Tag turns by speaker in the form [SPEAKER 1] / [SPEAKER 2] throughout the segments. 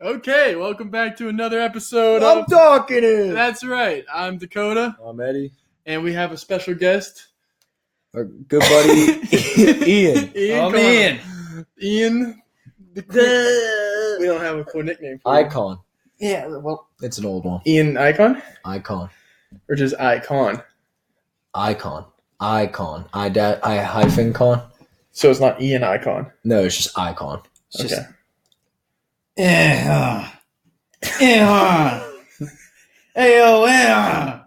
[SPEAKER 1] Okay, welcome back to another episode
[SPEAKER 2] I'm
[SPEAKER 1] of.
[SPEAKER 2] talking it.
[SPEAKER 1] That's right. I'm Dakota,
[SPEAKER 2] I'm Eddie.
[SPEAKER 1] and we have a special guest.
[SPEAKER 2] Our good buddy Ian.
[SPEAKER 1] Ian.
[SPEAKER 3] I'm
[SPEAKER 1] come on.
[SPEAKER 3] Ian.
[SPEAKER 1] Ian. The cool- we don't have a cool nickname for you.
[SPEAKER 2] Icon.
[SPEAKER 1] Yeah, well,
[SPEAKER 2] It's an old one.
[SPEAKER 1] Ian Icon
[SPEAKER 2] Icon.
[SPEAKER 1] or just Icon.
[SPEAKER 2] Icon. Icon. I da- I hyphen con.
[SPEAKER 1] So it's not Ian Icon.
[SPEAKER 2] No, it's just icon. It's just
[SPEAKER 1] Okay.
[SPEAKER 3] Eh, Yeah. Yeah. eh, uh. Hey, yo, yeah.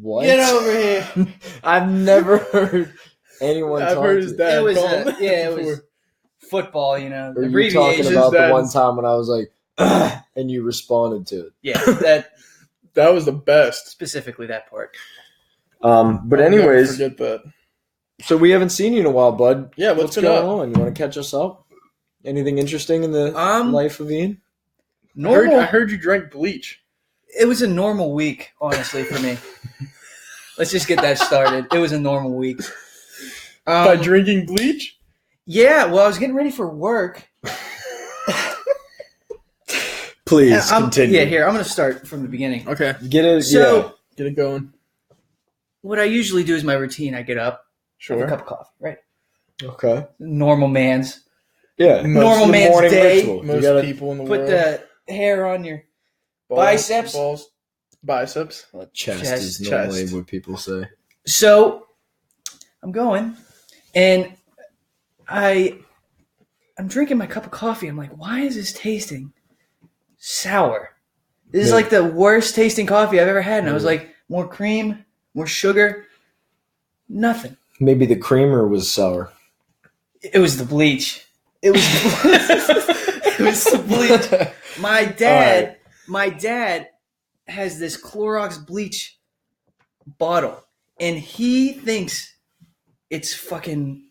[SPEAKER 2] what?
[SPEAKER 3] Get over here.
[SPEAKER 2] I've never heard anyone
[SPEAKER 1] I've
[SPEAKER 2] talk
[SPEAKER 1] heard
[SPEAKER 2] to
[SPEAKER 1] his
[SPEAKER 2] me.
[SPEAKER 1] dad
[SPEAKER 3] It was
[SPEAKER 1] call
[SPEAKER 3] a-
[SPEAKER 1] him
[SPEAKER 3] yeah, it was-
[SPEAKER 1] before.
[SPEAKER 3] Football, you know.
[SPEAKER 2] Or you talking
[SPEAKER 3] abbreviations.
[SPEAKER 2] about the
[SPEAKER 1] that's-
[SPEAKER 2] one time when I was like, "Ugh," and you responded to it.
[SPEAKER 3] yeah, that
[SPEAKER 1] That was the best.
[SPEAKER 3] specifically that part.
[SPEAKER 2] Um, but
[SPEAKER 1] I'll never
[SPEAKER 2] anyways,
[SPEAKER 1] forget that.
[SPEAKER 2] so we haven't seen you in a while, bud.
[SPEAKER 1] Yeah, what's,
[SPEAKER 2] What's
[SPEAKER 1] going
[SPEAKER 2] going
[SPEAKER 1] up?
[SPEAKER 2] on? You want to catch us up? Anything interesting in the
[SPEAKER 3] Um,
[SPEAKER 2] life of Ian?
[SPEAKER 1] I heard,
[SPEAKER 3] Normal.
[SPEAKER 1] I heard you drank bleach.
[SPEAKER 3] It was a normal week, honestly, for me. Let's just get that started. It was a normal week.
[SPEAKER 1] By
[SPEAKER 3] Um,
[SPEAKER 1] drinking bleach?
[SPEAKER 3] yeah, well, I was getting ready for work.
[SPEAKER 2] Please
[SPEAKER 3] I'm-
[SPEAKER 2] continue.
[SPEAKER 3] Yeah, here I'm gonna start from the beginning.
[SPEAKER 1] Okay.
[SPEAKER 2] Get it.
[SPEAKER 3] So-
[SPEAKER 2] yeah.
[SPEAKER 1] Get it going.
[SPEAKER 3] What I usually do is my routine. I get up, have
[SPEAKER 1] Sure.
[SPEAKER 3] a cup of coffee, right?
[SPEAKER 2] Okay.
[SPEAKER 3] Normal man's.
[SPEAKER 2] Yeah.
[SPEAKER 1] Most
[SPEAKER 3] normal
[SPEAKER 1] of the
[SPEAKER 3] man's
[SPEAKER 2] morning
[SPEAKER 3] day.
[SPEAKER 2] ritual.
[SPEAKER 1] Most
[SPEAKER 2] You gotta-
[SPEAKER 1] people in the
[SPEAKER 3] Put
[SPEAKER 1] world.
[SPEAKER 3] the hair on your
[SPEAKER 1] Balls-
[SPEAKER 3] biceps.
[SPEAKER 1] Balls. Biceps.
[SPEAKER 2] Chest, is
[SPEAKER 3] Chest,
[SPEAKER 2] normally
[SPEAKER 1] chest.
[SPEAKER 2] what people say.
[SPEAKER 3] So I'm going and I I'm drinking my cup of coffee. I'm like, why is this tasting sour? This is
[SPEAKER 2] Yeah.
[SPEAKER 3] like the worst tasting coffee I've ever had. And I was
[SPEAKER 2] Yeah.
[SPEAKER 3] like, more cream, more sugar, nothing.
[SPEAKER 2] Maybe the creamer was sour.
[SPEAKER 3] It was the bleach. It was it was the bleach. My dad, my dad has this Clorox bleach bottle, and he thinks it's fucking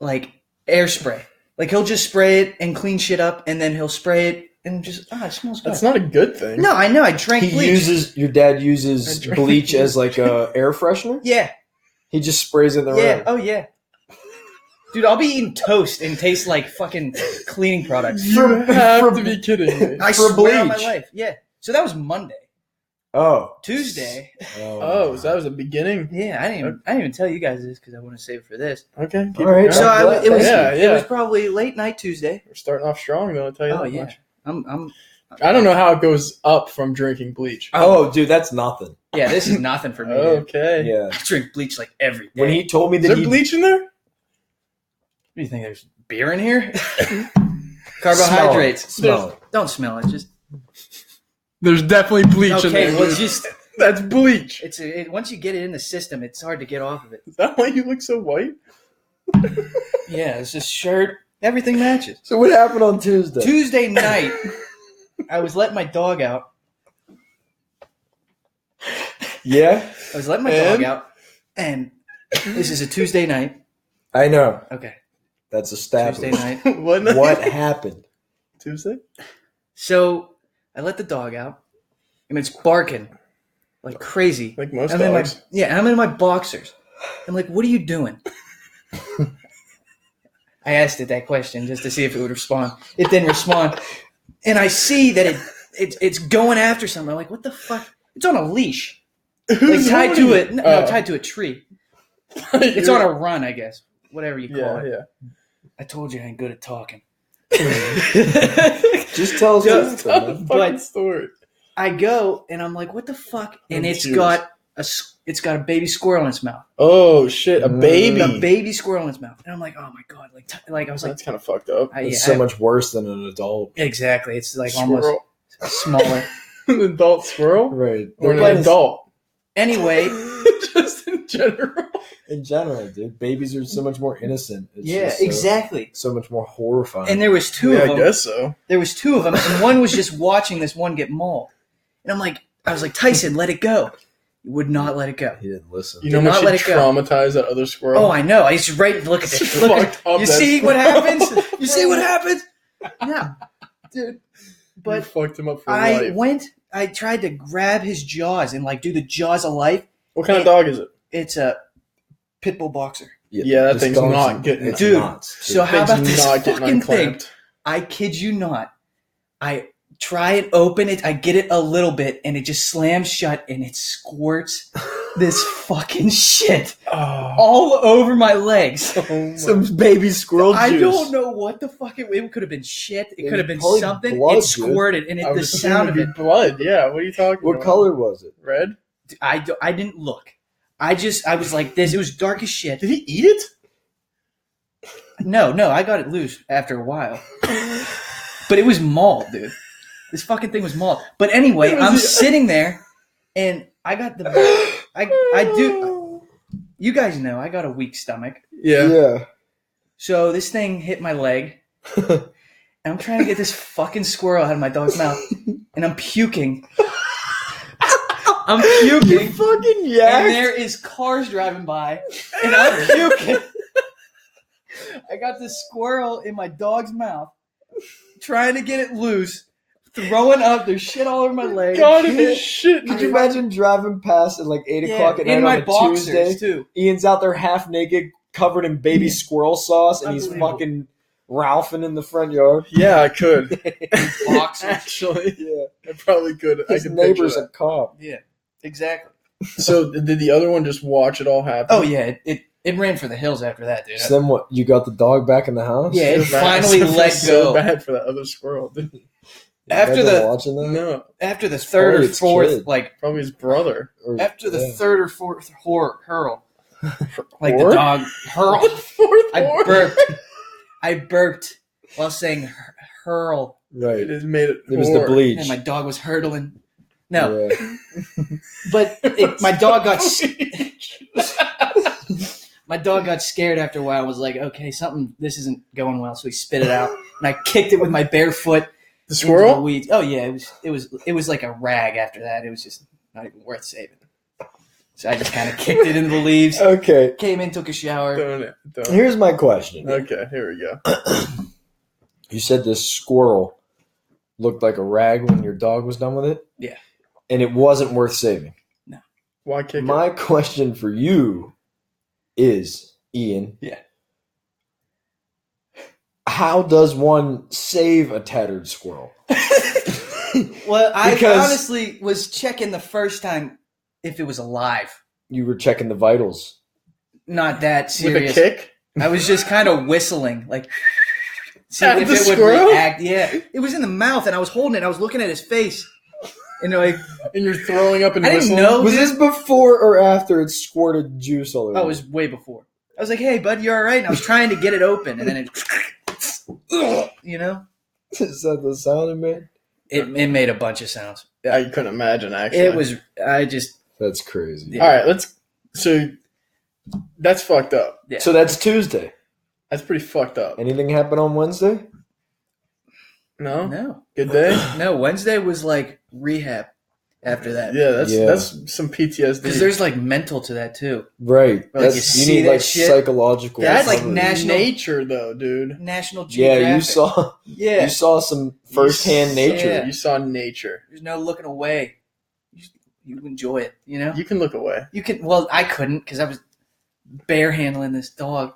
[SPEAKER 3] like air spray. Like he'll just spray it and clean shit up, and then he'll spray it and just ah, it smells good.
[SPEAKER 1] That's not a good thing.
[SPEAKER 3] no, I know. I drank
[SPEAKER 2] He
[SPEAKER 3] bleach.
[SPEAKER 2] uses your dad uses
[SPEAKER 1] I drink-
[SPEAKER 2] bleach as like a air freshener.
[SPEAKER 3] yeah,
[SPEAKER 2] He just sprays it in the
[SPEAKER 3] yeah.
[SPEAKER 2] room.
[SPEAKER 3] Oh yeah. Dude, I'll be eating toast and taste like fucking cleaning products.
[SPEAKER 1] You
[SPEAKER 2] For-
[SPEAKER 1] have
[SPEAKER 2] for-
[SPEAKER 1] to be kidding me.
[SPEAKER 3] I
[SPEAKER 2] For
[SPEAKER 3] swear on my
[SPEAKER 2] bleach.
[SPEAKER 3] life. Yeah. So that was Monday.
[SPEAKER 2] Oh.
[SPEAKER 3] Tuesday.
[SPEAKER 1] Oh, so that was the beginning.
[SPEAKER 3] Yeah, I didn't. Even, I didn't even tell you guys this because I want to save it for this.
[SPEAKER 1] Okay. keep
[SPEAKER 2] All right.
[SPEAKER 1] going.
[SPEAKER 3] So I,
[SPEAKER 2] glad-
[SPEAKER 3] it was.
[SPEAKER 1] Yeah,
[SPEAKER 3] It
[SPEAKER 1] yeah.
[SPEAKER 3] was probably late night Tuesday.
[SPEAKER 1] We're starting off strong, though. I'll tell you
[SPEAKER 3] Oh,
[SPEAKER 1] that
[SPEAKER 3] yeah.
[SPEAKER 1] much.
[SPEAKER 3] I'm. I'm
[SPEAKER 1] I don't know how it goes up from drinking bleach.
[SPEAKER 2] Oh, dude, that's nothing.
[SPEAKER 3] yeah, this is nothing for me. dude.
[SPEAKER 1] Okay.
[SPEAKER 2] Yeah.
[SPEAKER 3] I drink bleach like every day.
[SPEAKER 2] When he told me
[SPEAKER 1] Is
[SPEAKER 2] that
[SPEAKER 1] there
[SPEAKER 2] he
[SPEAKER 1] bleach in there?
[SPEAKER 3] do you think? There's beer in here.
[SPEAKER 2] carbohydrates,
[SPEAKER 3] Carbohydrates.
[SPEAKER 2] smell it.
[SPEAKER 3] Don't smell it. Just
[SPEAKER 1] There's definitely bleach in
[SPEAKER 3] okay.
[SPEAKER 1] there.
[SPEAKER 3] Well,
[SPEAKER 1] dude.
[SPEAKER 3] just
[SPEAKER 1] That's bleach.
[SPEAKER 3] it's a, it, once you get it in the system, it's hard to get off of it.
[SPEAKER 1] Is that why you look so white?
[SPEAKER 3] Yeah, it's just shirt. Everything matches.
[SPEAKER 2] So what happened on Tuesday?
[SPEAKER 3] Tuesday night, I was letting my dog out.
[SPEAKER 2] yeah,
[SPEAKER 3] I was letting my
[SPEAKER 1] And?
[SPEAKER 3] dog out, and this is a Tuesday night.
[SPEAKER 2] I know.
[SPEAKER 3] Okay,
[SPEAKER 2] That's
[SPEAKER 3] Tuesday
[SPEAKER 2] established.
[SPEAKER 3] night.
[SPEAKER 1] what? night?
[SPEAKER 2] What happened?
[SPEAKER 1] Tuesday?
[SPEAKER 3] So I let the dog out, and it's barking like crazy.
[SPEAKER 1] Like most
[SPEAKER 3] I'm in my
[SPEAKER 1] dogs.
[SPEAKER 3] yeah, and I'm in my boxers. I'm like, "What are you doing?" I asked it that question just to see if it would respond. It didn't respond, and I see that it, it it's going after something. I'm like, "What the fuck?" It's on a leash, like
[SPEAKER 1] Who's
[SPEAKER 3] tied to
[SPEAKER 1] it?
[SPEAKER 3] it. No,
[SPEAKER 1] Oh.
[SPEAKER 3] no, tied to a tree. It's on
[SPEAKER 1] You're-
[SPEAKER 3] a run, I guess. Whatever you call
[SPEAKER 1] Yeah,
[SPEAKER 3] it.
[SPEAKER 1] yeah.
[SPEAKER 3] I told you I ain't good at talking.
[SPEAKER 2] Just tell us.
[SPEAKER 3] Yeah,
[SPEAKER 2] everything,
[SPEAKER 1] Tell the fucking
[SPEAKER 2] man.
[SPEAKER 3] But-
[SPEAKER 1] story.
[SPEAKER 3] I go and I'm like, what the fuck? And
[SPEAKER 1] Oh,
[SPEAKER 3] it's
[SPEAKER 1] cheers.
[SPEAKER 3] got a s- it's got a baby squirrel in its mouth,
[SPEAKER 1] Oh shit! A
[SPEAKER 2] Mm.
[SPEAKER 1] baby.
[SPEAKER 3] a baby squirrel in its mouth, and I'm like, oh my god, like t- like I was like,
[SPEAKER 1] That's kind of fucked up.
[SPEAKER 3] I,
[SPEAKER 2] It's
[SPEAKER 3] yeah,
[SPEAKER 2] so much worse than an adult.
[SPEAKER 3] I- exactly, it's like almost
[SPEAKER 1] squirrel.
[SPEAKER 3] smaller.
[SPEAKER 1] an adult squirrel
[SPEAKER 2] Right.
[SPEAKER 1] or an
[SPEAKER 2] But-
[SPEAKER 1] adult?
[SPEAKER 3] Anyway,
[SPEAKER 1] Just in general.
[SPEAKER 2] in general, dude. Babies are so much more innocent. It's
[SPEAKER 3] yeah,
[SPEAKER 2] just so,
[SPEAKER 3] exactly.
[SPEAKER 2] So much more horrifying.
[SPEAKER 3] And there was two
[SPEAKER 1] Yeah,
[SPEAKER 3] of
[SPEAKER 1] I
[SPEAKER 3] them.
[SPEAKER 1] guess so.
[SPEAKER 3] There was two of them, and one was just watching this one get mauled, and I'm like, I was like, Tyson, let it go. He would not let it go.
[SPEAKER 2] he didn't listen.
[SPEAKER 1] You
[SPEAKER 3] Did
[SPEAKER 1] know how
[SPEAKER 3] not let
[SPEAKER 1] much
[SPEAKER 3] it
[SPEAKER 1] should
[SPEAKER 3] go.
[SPEAKER 1] traumatize that other squirrel?
[SPEAKER 3] Oh, I know. I used to right look at this.
[SPEAKER 1] It's
[SPEAKER 3] Look at,
[SPEAKER 1] fucked up,
[SPEAKER 3] you
[SPEAKER 1] that
[SPEAKER 3] see what
[SPEAKER 1] squirrel.
[SPEAKER 3] happens? You see what happens? Yeah, dude.
[SPEAKER 1] you
[SPEAKER 3] But
[SPEAKER 1] fucked him up for
[SPEAKER 3] I
[SPEAKER 1] life.
[SPEAKER 3] went. I tried to grab his jaws and like do the jaws of life.
[SPEAKER 1] What kind of dog is it?
[SPEAKER 3] It's a pit bull boxer.
[SPEAKER 1] Yeah, that
[SPEAKER 2] this
[SPEAKER 1] thing's
[SPEAKER 2] dog's-
[SPEAKER 1] not getting-
[SPEAKER 2] it's
[SPEAKER 3] Dude,
[SPEAKER 2] nuts,
[SPEAKER 3] So
[SPEAKER 2] dude.
[SPEAKER 3] how
[SPEAKER 1] Thing's
[SPEAKER 3] about this
[SPEAKER 1] not getting
[SPEAKER 3] fucking thing?
[SPEAKER 1] unclamped.
[SPEAKER 3] I kid you not. I try and open it. I get it a little bit, and it just slams shut, and it squirts this fucking shit
[SPEAKER 1] Oh,
[SPEAKER 3] all over my legs.
[SPEAKER 1] my-
[SPEAKER 2] Some baby squirrel
[SPEAKER 3] I
[SPEAKER 2] juice.
[SPEAKER 3] don't know what the fuck it, it could have been. Shit, it
[SPEAKER 2] It
[SPEAKER 3] could have
[SPEAKER 2] was
[SPEAKER 3] been
[SPEAKER 2] probably
[SPEAKER 3] something.
[SPEAKER 2] blood,
[SPEAKER 3] it
[SPEAKER 2] dude.
[SPEAKER 3] squirted, and
[SPEAKER 1] I
[SPEAKER 3] it,
[SPEAKER 1] would
[SPEAKER 3] the
[SPEAKER 1] assume
[SPEAKER 3] sound
[SPEAKER 1] it'd
[SPEAKER 3] of
[SPEAKER 1] be
[SPEAKER 3] it.
[SPEAKER 1] blood. Yeah, what are you talking
[SPEAKER 2] What
[SPEAKER 1] about?
[SPEAKER 2] color was it?
[SPEAKER 1] Red.
[SPEAKER 3] I, do- I didn't look. I just I was like this. It was dark as shit.
[SPEAKER 1] Did he eat it?
[SPEAKER 3] No, no, I got it loose after a while. but it was mauled, dude. This fucking thing was mauled. But anyway,
[SPEAKER 1] It was-
[SPEAKER 3] I'm sitting there and I got the I I do you guys know I got a weak stomach.
[SPEAKER 1] Yeah.
[SPEAKER 3] So this thing hit my leg. and I'm trying to get this fucking squirrel out of my dog's mouth. And I'm puking. I'm puking.
[SPEAKER 2] fucking
[SPEAKER 3] and there is cars driving by, and I'm puking. I got this squirrel in my dog's mouth, trying to get it loose, throwing up. There's shit all over my leg.
[SPEAKER 1] God, if he's shit.
[SPEAKER 2] Could you imagine driving past at like eight
[SPEAKER 3] Yeah,
[SPEAKER 2] o'clock at night
[SPEAKER 3] in my
[SPEAKER 2] on a
[SPEAKER 3] boxers
[SPEAKER 2] Tuesday?
[SPEAKER 3] too.
[SPEAKER 2] Ian's out there half naked, covered in baby squirrel sauce, and he's
[SPEAKER 3] Unbelievable.
[SPEAKER 2] fucking Ralphing in the front yard.
[SPEAKER 1] Yeah, I could.
[SPEAKER 3] Boxers.
[SPEAKER 1] Actually,
[SPEAKER 2] Yeah,
[SPEAKER 1] I probably could. I
[SPEAKER 2] his
[SPEAKER 1] could neighbors.
[SPEAKER 2] neighbor's a cop.
[SPEAKER 3] yeah, exactly.
[SPEAKER 1] So did the other one just watch it all happen?
[SPEAKER 3] Oh yeah, it, it it ran for the hills after that, dude.
[SPEAKER 2] So then what? You got the dog back in the house?
[SPEAKER 3] Yeah,
[SPEAKER 1] I feel
[SPEAKER 3] it
[SPEAKER 1] bad.
[SPEAKER 3] finally
[SPEAKER 1] I feel
[SPEAKER 3] let
[SPEAKER 1] so
[SPEAKER 3] go.
[SPEAKER 1] bad for that other squirrel. didn't it?
[SPEAKER 2] You
[SPEAKER 3] After
[SPEAKER 2] guys been
[SPEAKER 3] the-
[SPEAKER 2] watching that,
[SPEAKER 1] No,
[SPEAKER 3] After the third or
[SPEAKER 2] It's
[SPEAKER 3] fourth,
[SPEAKER 2] kid.
[SPEAKER 3] like
[SPEAKER 1] probably his brother.
[SPEAKER 2] Or-
[SPEAKER 3] after the
[SPEAKER 2] yeah.
[SPEAKER 3] third or fourth hor- hurl, like
[SPEAKER 1] Or-
[SPEAKER 3] the dog hurl.
[SPEAKER 1] Fourth
[SPEAKER 3] I
[SPEAKER 1] one.
[SPEAKER 3] burped. I burped while saying hur- hurl.
[SPEAKER 1] It
[SPEAKER 2] right,
[SPEAKER 1] has made it.
[SPEAKER 2] it was the
[SPEAKER 1] more.
[SPEAKER 2] bleach.
[SPEAKER 3] And my dog was hurtling. No,
[SPEAKER 2] Yeah.
[SPEAKER 3] but it, my dog got s- my dog got scared after a while. I was like, okay, something this isn't going well, so he spit it out, and I kicked it with my bare foot.
[SPEAKER 1] The
[SPEAKER 3] into the
[SPEAKER 1] squirrel.
[SPEAKER 3] weeds. Oh yeah, it was it was it was like a rag. After that, it was just not even worth saving. So I just kind of kicked it into the leaves.
[SPEAKER 2] Okay,
[SPEAKER 3] Came in, took a shower.
[SPEAKER 1] Don't it. Don't.
[SPEAKER 2] here's my question.
[SPEAKER 3] Uh,
[SPEAKER 1] Okay, here we go.
[SPEAKER 2] You said this squirrel looked like a rag when your dog was done with it.
[SPEAKER 3] Yeah.
[SPEAKER 2] And it wasn't worth saving.
[SPEAKER 1] Why kick it?
[SPEAKER 2] My question for you is, Ian.
[SPEAKER 3] Yeah.
[SPEAKER 2] How does one save a tattered squirrel?
[SPEAKER 3] Well, I
[SPEAKER 2] Because-
[SPEAKER 3] honestly was checking the first time if it was alive.
[SPEAKER 2] You were checking the vitals.
[SPEAKER 3] Not that
[SPEAKER 1] with a
[SPEAKER 3] serious.
[SPEAKER 1] kick?
[SPEAKER 3] I was just kind of whistling, like, see
[SPEAKER 1] At
[SPEAKER 3] if
[SPEAKER 1] the
[SPEAKER 3] it
[SPEAKER 1] squirrel?
[SPEAKER 3] would react. Yeah, it was in the mouth, and I was holding it. I was looking at his face, and like,
[SPEAKER 1] And you're throwing up and
[SPEAKER 3] I didn't
[SPEAKER 1] whistling?
[SPEAKER 3] know.
[SPEAKER 2] Was
[SPEAKER 3] dude.
[SPEAKER 2] this before or after it squirted juice all over?
[SPEAKER 3] Oh, it was way before. I was like, "Hey, bud, you all right?" And I was trying to get it open, and then it, you know,
[SPEAKER 2] you? Is that the sound it made?
[SPEAKER 3] it it made a bunch of sounds.
[SPEAKER 1] I couldn't imagine. Actually,
[SPEAKER 3] It was. I just
[SPEAKER 2] That's crazy.
[SPEAKER 3] Yeah.
[SPEAKER 1] All right, let's. So that's fucked up.
[SPEAKER 2] So that's Tuesday.
[SPEAKER 1] That's pretty fucked up.
[SPEAKER 2] Anything happen on Wednesday?
[SPEAKER 1] No,
[SPEAKER 3] no,
[SPEAKER 1] good day.
[SPEAKER 3] no. Wednesday was like rehab after that
[SPEAKER 1] Yeah, that's
[SPEAKER 2] Yeah.
[SPEAKER 1] that's some PTSD.
[SPEAKER 3] because there's like mental to that too.
[SPEAKER 2] Right.
[SPEAKER 1] Like,
[SPEAKER 2] That's,
[SPEAKER 3] you
[SPEAKER 2] you,
[SPEAKER 3] see
[SPEAKER 2] need
[SPEAKER 3] that
[SPEAKER 2] like
[SPEAKER 3] shit?
[SPEAKER 2] psychological.
[SPEAKER 1] that's like
[SPEAKER 2] recovery.
[SPEAKER 3] nat- national-
[SPEAKER 1] nature, though, dude.
[SPEAKER 3] National Geographic.
[SPEAKER 2] Yeah, you saw
[SPEAKER 3] Yeah,
[SPEAKER 2] you saw some firsthand
[SPEAKER 1] You saw-
[SPEAKER 2] nature.
[SPEAKER 3] Yeah.
[SPEAKER 1] You saw nature.
[SPEAKER 3] there's no looking away. You, just- you enjoy it, you know.
[SPEAKER 1] You can look away.
[SPEAKER 3] You can. Well, I couldn't because I was bear handling this dog.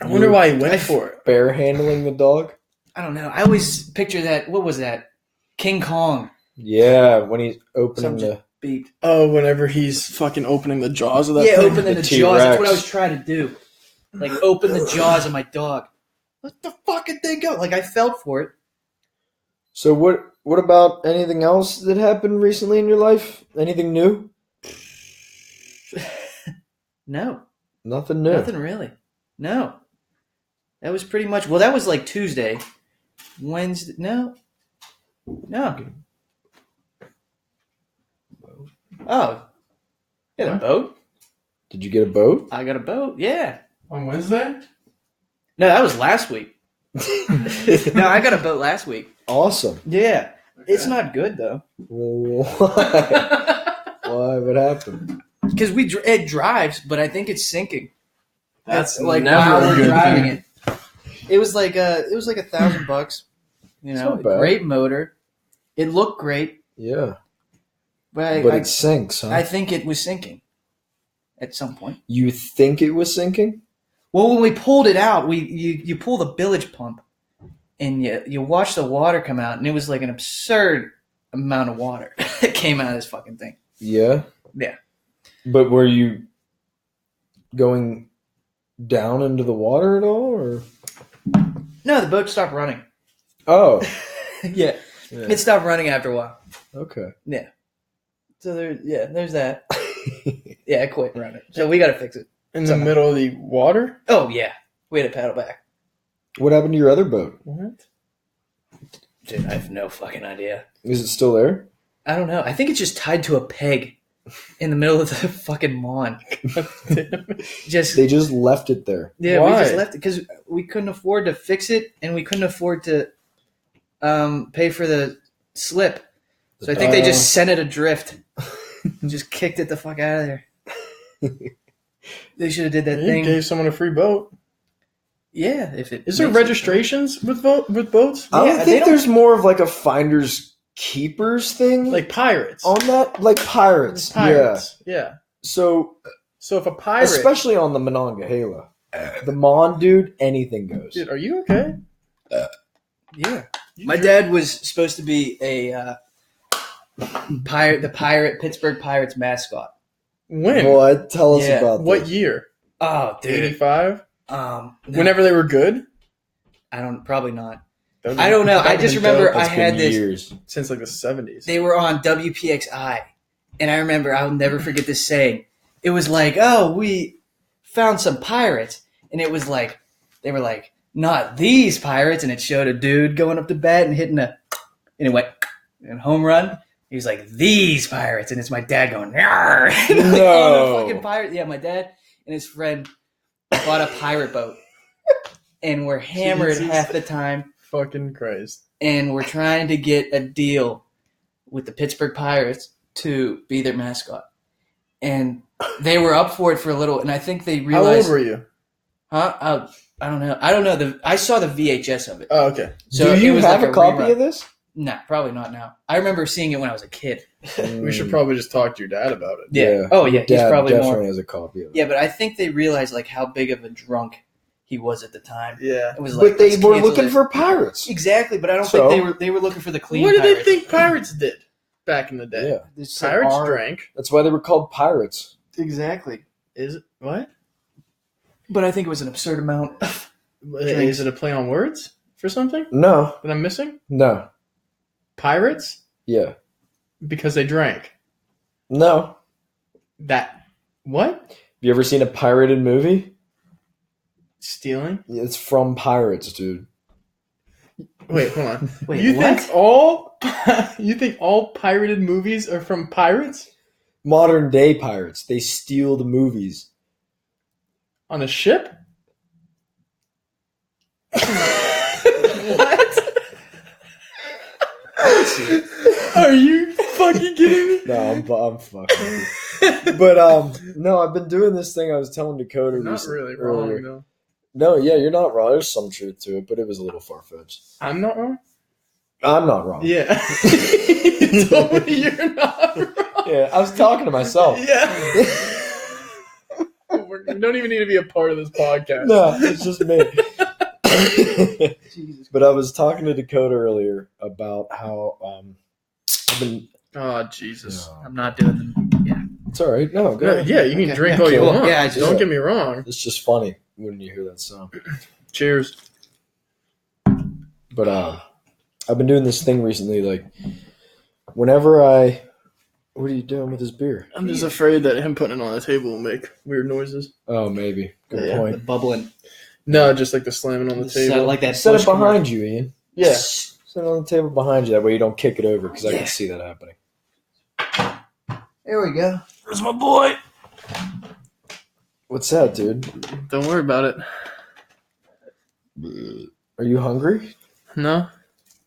[SPEAKER 1] I wonder why he went
[SPEAKER 3] I-
[SPEAKER 1] for it.
[SPEAKER 2] Bear handling the dog.
[SPEAKER 3] I don't know. I always picture that. What was that? King Kong
[SPEAKER 2] Yeah, when he's opening
[SPEAKER 3] Some ju-
[SPEAKER 2] the
[SPEAKER 3] beat.
[SPEAKER 1] Oh, whenever he's fucking opening the jaws of that.
[SPEAKER 3] Yeah,
[SPEAKER 1] thing.
[SPEAKER 3] opening the,
[SPEAKER 2] The
[SPEAKER 3] jaws. That's what
[SPEAKER 2] T-Rex.
[SPEAKER 3] I was trying to do. Like open the jaws of my dog. Let the fucking thing go. Like I felt for it.
[SPEAKER 2] So what what about anything else that happened recently in your life? Anything new?
[SPEAKER 3] No,
[SPEAKER 2] Nothing new.
[SPEAKER 3] nothing really. No, that was pretty much. Well, that was like Tuesday, Wednesday. No, no. Oh, you got a
[SPEAKER 1] What?
[SPEAKER 3] boat.
[SPEAKER 2] Did you get a boat?
[SPEAKER 3] I got a boat. Yeah.
[SPEAKER 1] on Wednesday.
[SPEAKER 3] No, that was last week. no, I got a boat last week.
[SPEAKER 2] Awesome.
[SPEAKER 3] Yeah. It's not good though.
[SPEAKER 2] Why? Why? What happened?
[SPEAKER 3] Because we dr- it drives, but I think it's sinking.
[SPEAKER 1] That's
[SPEAKER 3] It's like
[SPEAKER 1] never
[SPEAKER 3] while
[SPEAKER 1] a
[SPEAKER 3] we're
[SPEAKER 1] good
[SPEAKER 3] driving
[SPEAKER 1] thing.
[SPEAKER 3] it. It was like a it was like a thousand bucks. You
[SPEAKER 2] It's
[SPEAKER 3] know,
[SPEAKER 2] not bad.
[SPEAKER 3] great motor. It looked great,
[SPEAKER 2] Yeah,
[SPEAKER 3] but, I,
[SPEAKER 2] but
[SPEAKER 3] I-
[SPEAKER 2] it sinks. Huh?
[SPEAKER 3] I think it was sinking at some point.
[SPEAKER 2] you think it was sinking?
[SPEAKER 3] Well, when we pulled it out, we you, you pull the bilge pump, and you you watch the water come out, and it was like an absurd amount of water that came out of this fucking thing.
[SPEAKER 2] Yeah.
[SPEAKER 3] Yeah.
[SPEAKER 2] But were you going down into the water at all, or
[SPEAKER 3] No, the boat stopped running.
[SPEAKER 2] oh,
[SPEAKER 3] yeah,
[SPEAKER 2] yeah.
[SPEAKER 3] it stopped running after a while.
[SPEAKER 2] okay.
[SPEAKER 3] So there, yeah, there's that. yeah, I quit running. So we got to fix it.
[SPEAKER 1] In the middle of the water?
[SPEAKER 3] Oh yeah, we had to paddle back.
[SPEAKER 2] What happened to your other boat?
[SPEAKER 1] What?
[SPEAKER 3] Dude, I have no fucking idea.
[SPEAKER 2] Is it still there?
[SPEAKER 3] I don't know. I think it's just tied to a peg in the middle of the fucking lawn. Just
[SPEAKER 2] They just left it there.
[SPEAKER 3] yeah, we
[SPEAKER 1] Why?
[SPEAKER 3] just left it because we couldn't afford to fix it, and we couldn't afford to um, pay for the slip. So I think they just sent it adrift, just kicked it the fuck out of there. they should have did that
[SPEAKER 1] you
[SPEAKER 3] thing.
[SPEAKER 1] gave someone a free boat.
[SPEAKER 3] yeah, if it
[SPEAKER 1] Is there
[SPEAKER 3] makes it-
[SPEAKER 1] registrations with boat with boats?
[SPEAKER 2] I
[SPEAKER 3] Yeah,
[SPEAKER 2] don't
[SPEAKER 3] they
[SPEAKER 2] think
[SPEAKER 3] don't-
[SPEAKER 2] there's more of like a finder's keepers thing
[SPEAKER 1] Like pirates.
[SPEAKER 2] on that, like pirates. Yeah.
[SPEAKER 1] Pirates. Yeah.
[SPEAKER 2] So
[SPEAKER 1] So if a pirate
[SPEAKER 2] especially on the Monongahela, the Mon dude, anything goes.
[SPEAKER 1] Dude, are you okay?
[SPEAKER 3] Yeah. My dad was supposed to be a uh, pirate, the pirate Pittsburgh Pirates mascot.
[SPEAKER 1] When?
[SPEAKER 2] Boy, tell us
[SPEAKER 3] Yeah.
[SPEAKER 2] about
[SPEAKER 1] what
[SPEAKER 2] this.
[SPEAKER 1] year?
[SPEAKER 3] Oh,
[SPEAKER 1] Eighty five?
[SPEAKER 3] Um, no,
[SPEAKER 1] Whenever they were good?
[SPEAKER 3] I don't probably not.
[SPEAKER 1] That
[SPEAKER 3] I don't know.
[SPEAKER 1] that
[SPEAKER 3] I
[SPEAKER 1] would've
[SPEAKER 3] just
[SPEAKER 1] been
[SPEAKER 3] remember
[SPEAKER 1] dope
[SPEAKER 2] That's
[SPEAKER 3] I had
[SPEAKER 2] been
[SPEAKER 3] this-
[SPEAKER 2] Years.
[SPEAKER 1] since like the seventies.
[SPEAKER 3] They were on WPXI, and I remember I'll never forget this saying. It was like, "Oh, we found some pirates," and it was like they were like, "Not these pirates," and it showed a dude going up to bat and hitting a anyway and home run. He was like, "These pirates," and it's my dad going, "Yarr!" Like, on a
[SPEAKER 1] Oh.
[SPEAKER 2] No.
[SPEAKER 3] Oh, fucking pirate. Yeah, my dad and his friend bought a pirate boat, and were hammered
[SPEAKER 1] Jesus.
[SPEAKER 3] half the time
[SPEAKER 1] Fucking Christ.
[SPEAKER 3] and we're trying to get a deal with the Pittsburgh Pirates to be their mascot. And they were up for it for a little, and I think they
[SPEAKER 1] How old
[SPEAKER 3] realized,
[SPEAKER 1] were you?
[SPEAKER 3] huh? Uh, I don't know. I don't know. The I saw the VHS of it.
[SPEAKER 1] Oh, okay.
[SPEAKER 3] So
[SPEAKER 2] Do
[SPEAKER 3] it
[SPEAKER 2] you
[SPEAKER 3] was
[SPEAKER 2] have
[SPEAKER 3] like
[SPEAKER 2] a copy
[SPEAKER 3] rerun.
[SPEAKER 2] of this?
[SPEAKER 3] Nah, probably not now. I remember seeing it when I was a kid.
[SPEAKER 1] We
[SPEAKER 3] Hmm.
[SPEAKER 1] should probably just talk to your dad about it.
[SPEAKER 3] Yeah.
[SPEAKER 2] Yeah.
[SPEAKER 3] Oh yeah, he's
[SPEAKER 2] Mm, Dad
[SPEAKER 3] probably
[SPEAKER 2] definitely
[SPEAKER 3] more.
[SPEAKER 2] has a copy of it.
[SPEAKER 3] Yeah, but I think they realized like how big of a drunk he was at the time.
[SPEAKER 1] Yeah.
[SPEAKER 3] It was like
[SPEAKER 2] but they
[SPEAKER 3] let's
[SPEAKER 2] were
[SPEAKER 3] cancel
[SPEAKER 2] looking
[SPEAKER 3] it.
[SPEAKER 2] for pirates.
[SPEAKER 3] exactly. But I don't
[SPEAKER 2] So?
[SPEAKER 3] think they were. They were looking for the clean.
[SPEAKER 1] what did they
[SPEAKER 3] pirates.
[SPEAKER 1] think pirates did back in the day?
[SPEAKER 2] Yeah,
[SPEAKER 3] They just said
[SPEAKER 1] Pirates
[SPEAKER 3] R.
[SPEAKER 1] drank.
[SPEAKER 2] that's why they were called pirates.
[SPEAKER 3] Exactly.
[SPEAKER 1] Is it what?
[SPEAKER 3] But I think it was an absurd amount.
[SPEAKER 1] Is
[SPEAKER 3] Drinks.
[SPEAKER 1] it a play on words for something
[SPEAKER 2] No,
[SPEAKER 1] that I'm missing?
[SPEAKER 2] no,
[SPEAKER 1] Pirates
[SPEAKER 2] yeah,
[SPEAKER 1] because they drank.
[SPEAKER 2] no. Have
[SPEAKER 1] That what?
[SPEAKER 2] you ever seen a pirated movie?
[SPEAKER 1] Stealing?
[SPEAKER 2] It's from pirates, dude.
[SPEAKER 1] Wait, hold on.
[SPEAKER 3] Wait,
[SPEAKER 1] you
[SPEAKER 3] what?
[SPEAKER 1] think all you think all pirated movies are from pirates
[SPEAKER 2] Modern day pirates. They steal the movies.
[SPEAKER 1] on a ship?
[SPEAKER 3] what?
[SPEAKER 1] Are you fucking kidding me?
[SPEAKER 2] No, I'm, fu- I'm fucking. with you. but um, no, I've been doing this thing. I was telling Dakota.
[SPEAKER 1] Not
[SPEAKER 2] recent-
[SPEAKER 1] really wrong
[SPEAKER 2] earlier.
[SPEAKER 1] though.
[SPEAKER 2] No, yeah, you're not wrong. There's some truth to it, but it was a little far fetched.
[SPEAKER 1] I'm not wrong.
[SPEAKER 2] I'm not wrong.
[SPEAKER 1] Yeah. you told me you're not wrong.
[SPEAKER 2] Yeah, I was talking to myself.
[SPEAKER 1] Yeah. Oh, We're- we don't even need to be a part of this podcast.
[SPEAKER 2] no, it's just me.
[SPEAKER 3] Jesus.
[SPEAKER 2] but I was talking to Dakota earlier about how um, I've been.
[SPEAKER 1] Oh Jesus.
[SPEAKER 2] No.
[SPEAKER 3] I'm not doing them.
[SPEAKER 2] It's all right. No, go
[SPEAKER 1] No,
[SPEAKER 2] ahead.
[SPEAKER 1] yeah, you can
[SPEAKER 3] Okay.
[SPEAKER 1] drink
[SPEAKER 2] Yeah.
[SPEAKER 1] all you
[SPEAKER 2] Cool.
[SPEAKER 1] want.
[SPEAKER 3] Yeah, I just-
[SPEAKER 1] don't get me wrong.
[SPEAKER 2] It's just funny when you hear that sound.
[SPEAKER 1] Cheers.
[SPEAKER 2] But um, I've been doing this thing recently. Like, whenever I, what are you doing with this beer?
[SPEAKER 1] I'm just afraid that him putting it on the table will make weird noises.
[SPEAKER 2] Oh, maybe. Good
[SPEAKER 1] Yeah.
[SPEAKER 3] The
[SPEAKER 2] point.
[SPEAKER 3] bubbling.
[SPEAKER 1] No, just like the slamming on the
[SPEAKER 3] So,
[SPEAKER 1] table.
[SPEAKER 3] like that.
[SPEAKER 2] Set
[SPEAKER 3] push
[SPEAKER 2] it behind you, Ian.
[SPEAKER 1] yeah.
[SPEAKER 2] Set it on the table behind you. That way you don't kick it over because I
[SPEAKER 3] Yeah.
[SPEAKER 2] can see that happening.
[SPEAKER 3] There we go.
[SPEAKER 1] Where's my boy?
[SPEAKER 2] What's that, dude?
[SPEAKER 1] Don't worry about it.
[SPEAKER 2] Are you hungry?
[SPEAKER 1] No.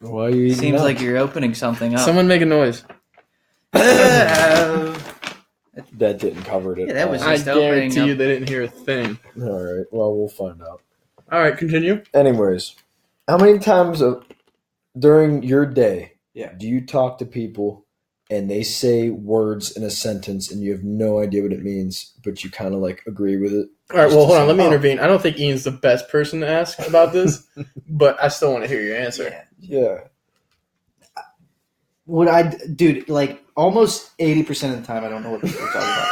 [SPEAKER 2] Why are you eating?
[SPEAKER 3] Seems
[SPEAKER 2] that?
[SPEAKER 3] like you're opening something up.
[SPEAKER 1] Someone make a noise.
[SPEAKER 3] Oh.
[SPEAKER 2] that didn't cover it. At
[SPEAKER 3] Yeah, that was
[SPEAKER 2] all.
[SPEAKER 1] I
[SPEAKER 3] Just opening
[SPEAKER 1] guarantee
[SPEAKER 3] up.
[SPEAKER 1] you they didn't hear a thing.
[SPEAKER 2] all right. Well, we'll find out.
[SPEAKER 1] All right, continue.
[SPEAKER 2] Anyways, how many times of, during your day
[SPEAKER 3] Yeah.
[SPEAKER 2] do you talk to people and they say words in a sentence and you have no idea what it means, but you kind of like agree with it.
[SPEAKER 1] All right, well, hold on. Let me intervene. I don't think Ian's the best person to ask about this, but I still want to hear your answer.
[SPEAKER 3] Yeah.
[SPEAKER 2] Yeah.
[SPEAKER 3] Would I, dude? Like almost eighty percent of the time, I don't know what people are talking